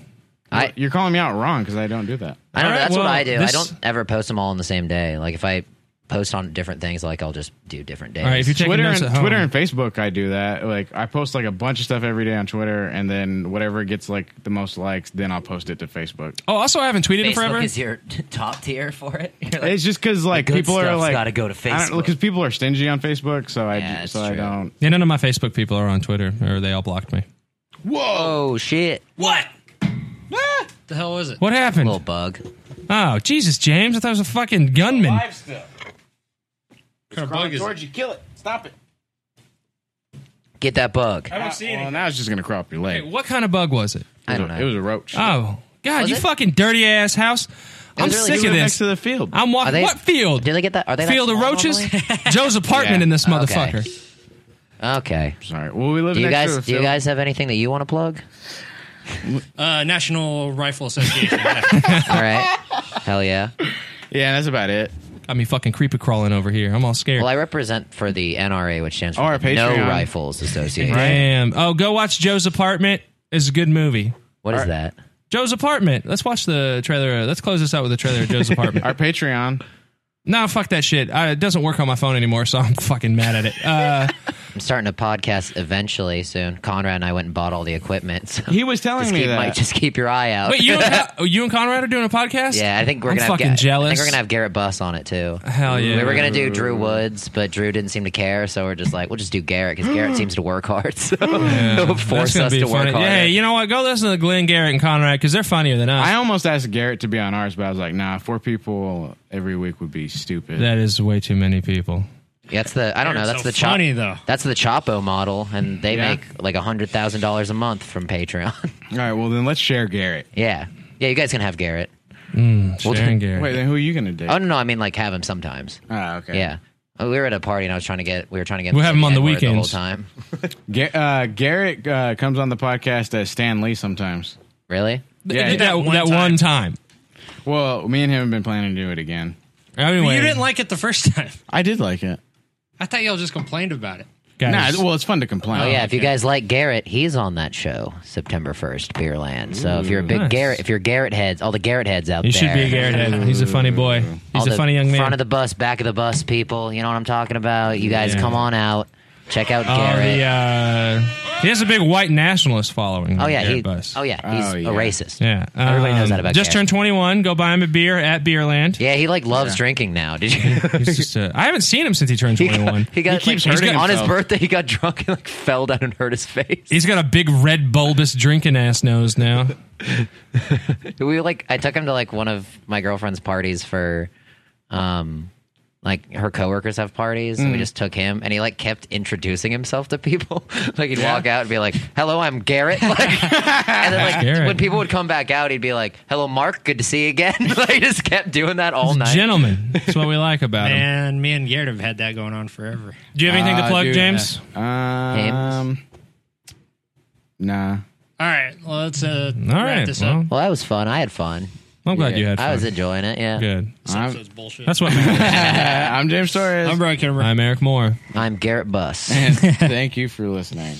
I- You're calling me out wrong because I don't do that. I All don't know. right, That's well, what I do. I this- don't ever post them all on the same day. Like if I post on different things, like I'll just do different days. All right, if you're taking Twitter and, notes at home, Twitter and Facebook, I do that. Like I post like a bunch of stuff every day on Twitter, and then whatever gets like the most likes, then I'll post it to Facebook. oh, also I haven't tweeted in forever. your top tier for it. It's just because like good people are stuff's like gotta go to Facebook. because people are stingy on Facebook, so I Yeah, it's so I true. don't. yeah, none of my Facebook people are on Twitter, or they all blocked me. Whoa, shit! What? the hell was it? What happened? Little bug. Oh, Jesus, James. I thought it was a fucking gunman. Live stuff. It's crawling towards you. Kill it. Stop it. Get that bug. I don't see Well, now it's just gonna crop your leg. What kind of bug was it? I don't know. It was a roach. Oh, God, Was you it? fucking dirty ass house. I'm was really sick good. of this. Next to the field. I'm walking. Are they- what field? Did they get that? Are they that field of small roaches? normally? Joe's apartment Yeah. in this Okay. motherfucker. Okay. Sorry. Well, we live do you next to guys, the Do you field. guys have anything that you want to plug? Uh, National Rifle Association. All right. Hell yeah. Yeah, that's about it. I mean, fucking creeper crawling over here. I'm all scared. Well, I represent for the NRA, which stands for Or the No Oh, Patreon. Rifles Association. Damn. Oh, go watch Joe's apartment. It's a good movie. What is Our- that? Joe's apartment. Let's watch the trailer. Let's close this out with the trailer of Joe's apartment. Our Patreon. Nah, fuck that shit. I, it doesn't work on my phone anymore, so I'm fucking mad at it. Uh, I'm starting a podcast eventually soon. Conrad and I went and bought all the equipment. So he was telling just me keep, that. Mike, just keep your eye out. Wait, you and, Con- you and Conrad are doing a podcast? yeah, I think we're I'm gonna fucking have, Ga- jealous. I think we're gonna have Garrett Buss on it too. Hell yeah. We were gonna do Drew Woods, but Drew didn't seem to care, so we're just like, we'll just do Garrett because Garrett seems to work hard. So he'll That's force gonna us be to work funny. hard. Yeah, Hey, you know what? Go listen to Glenn Garrett and Conrad because they're funnier than us. I almost asked Garrett to be on ours, but I was like, nah, four people every week would be stupid. that is way too many people. That's the I don't know. That's Garrett's the so funny, Chop- though. That's the Chapo model, and they Yeah. make like hundred thousand dollars a month from Patreon. All right, well then let's share Garrett. yeah, yeah. You guys can have Garrett. Mm, Well, Sharon then- Garrett. Wait, then who are you gonna date? Oh no, no, I mean like have him sometimes. Ah, okay. Yeah. Uh, We were at a party and I was trying to get. We were trying to get. We'll have him on the N-word The whole weekends. time. Ga- uh, Garrett uh, comes on the podcast as Stan Lee sometimes. Really? Yeah. that, that one, time. Well, me and him have been planning to do it again. Anyway, You didn't like it the first time. I did like it. I thought y'all just complained about it. Nah, well, it's fun to complain. Oh yeah, if you guys like Garrett, he's on that show September first, Beerland. So if you're a big Nice. Garrett, if you're Garrett heads, all the Garrett heads out you there, should be a Garrett head. He's a funny boy. all He's a the funny young man. Front of the bus, back of the bus, people. You know what I'm talking about. You guys Yeah. come on out, check out Oh, Garrett. the, uh, he has a big white nationalist following. Oh yeah, Garrett he, Buss. oh yeah, he's Oh, a yeah. racist. Yeah, everybody knows Um, that about. Just Garrett. turned twenty one. Go buy him a beer at Beerland. Yeah, he like loves drinking now. Did you? He's just, uh, I haven't seen him since he turned twenty one. He got keeps like, he's hurting got- on his himself. birthday. He got drunk and like fell down and hurt his face. He's got a big red bulbous drinking ass nose now. we were, like I took him to like one of my girlfriend's parties for um like her coworkers have parties and we Mm. just took him and he like kept introducing himself to people. like he'd walk out and be like, "Hello, I'm Garrett." Like, and then like Garrett. when people would come back out, he'd be like, "Hello, Mark, good to see you again." like he just kept doing that all night. Gentlemen, that's what we like about him. And me and Garrett have had that going on forever. Do you have anything Uh, to plug, dude, James? Um, nah. All right, well, let's uh, All wrap right, this well, up. Well, that was fun. I had fun. I'm glad you had I was fun. enjoying it. Yeah. Good. This episode's bullshit. That's what. uh, I'm James Torres. I'm Brian Kimmerer. I'm Eric Moore. I'm Garrett Buss. And thank you for listening.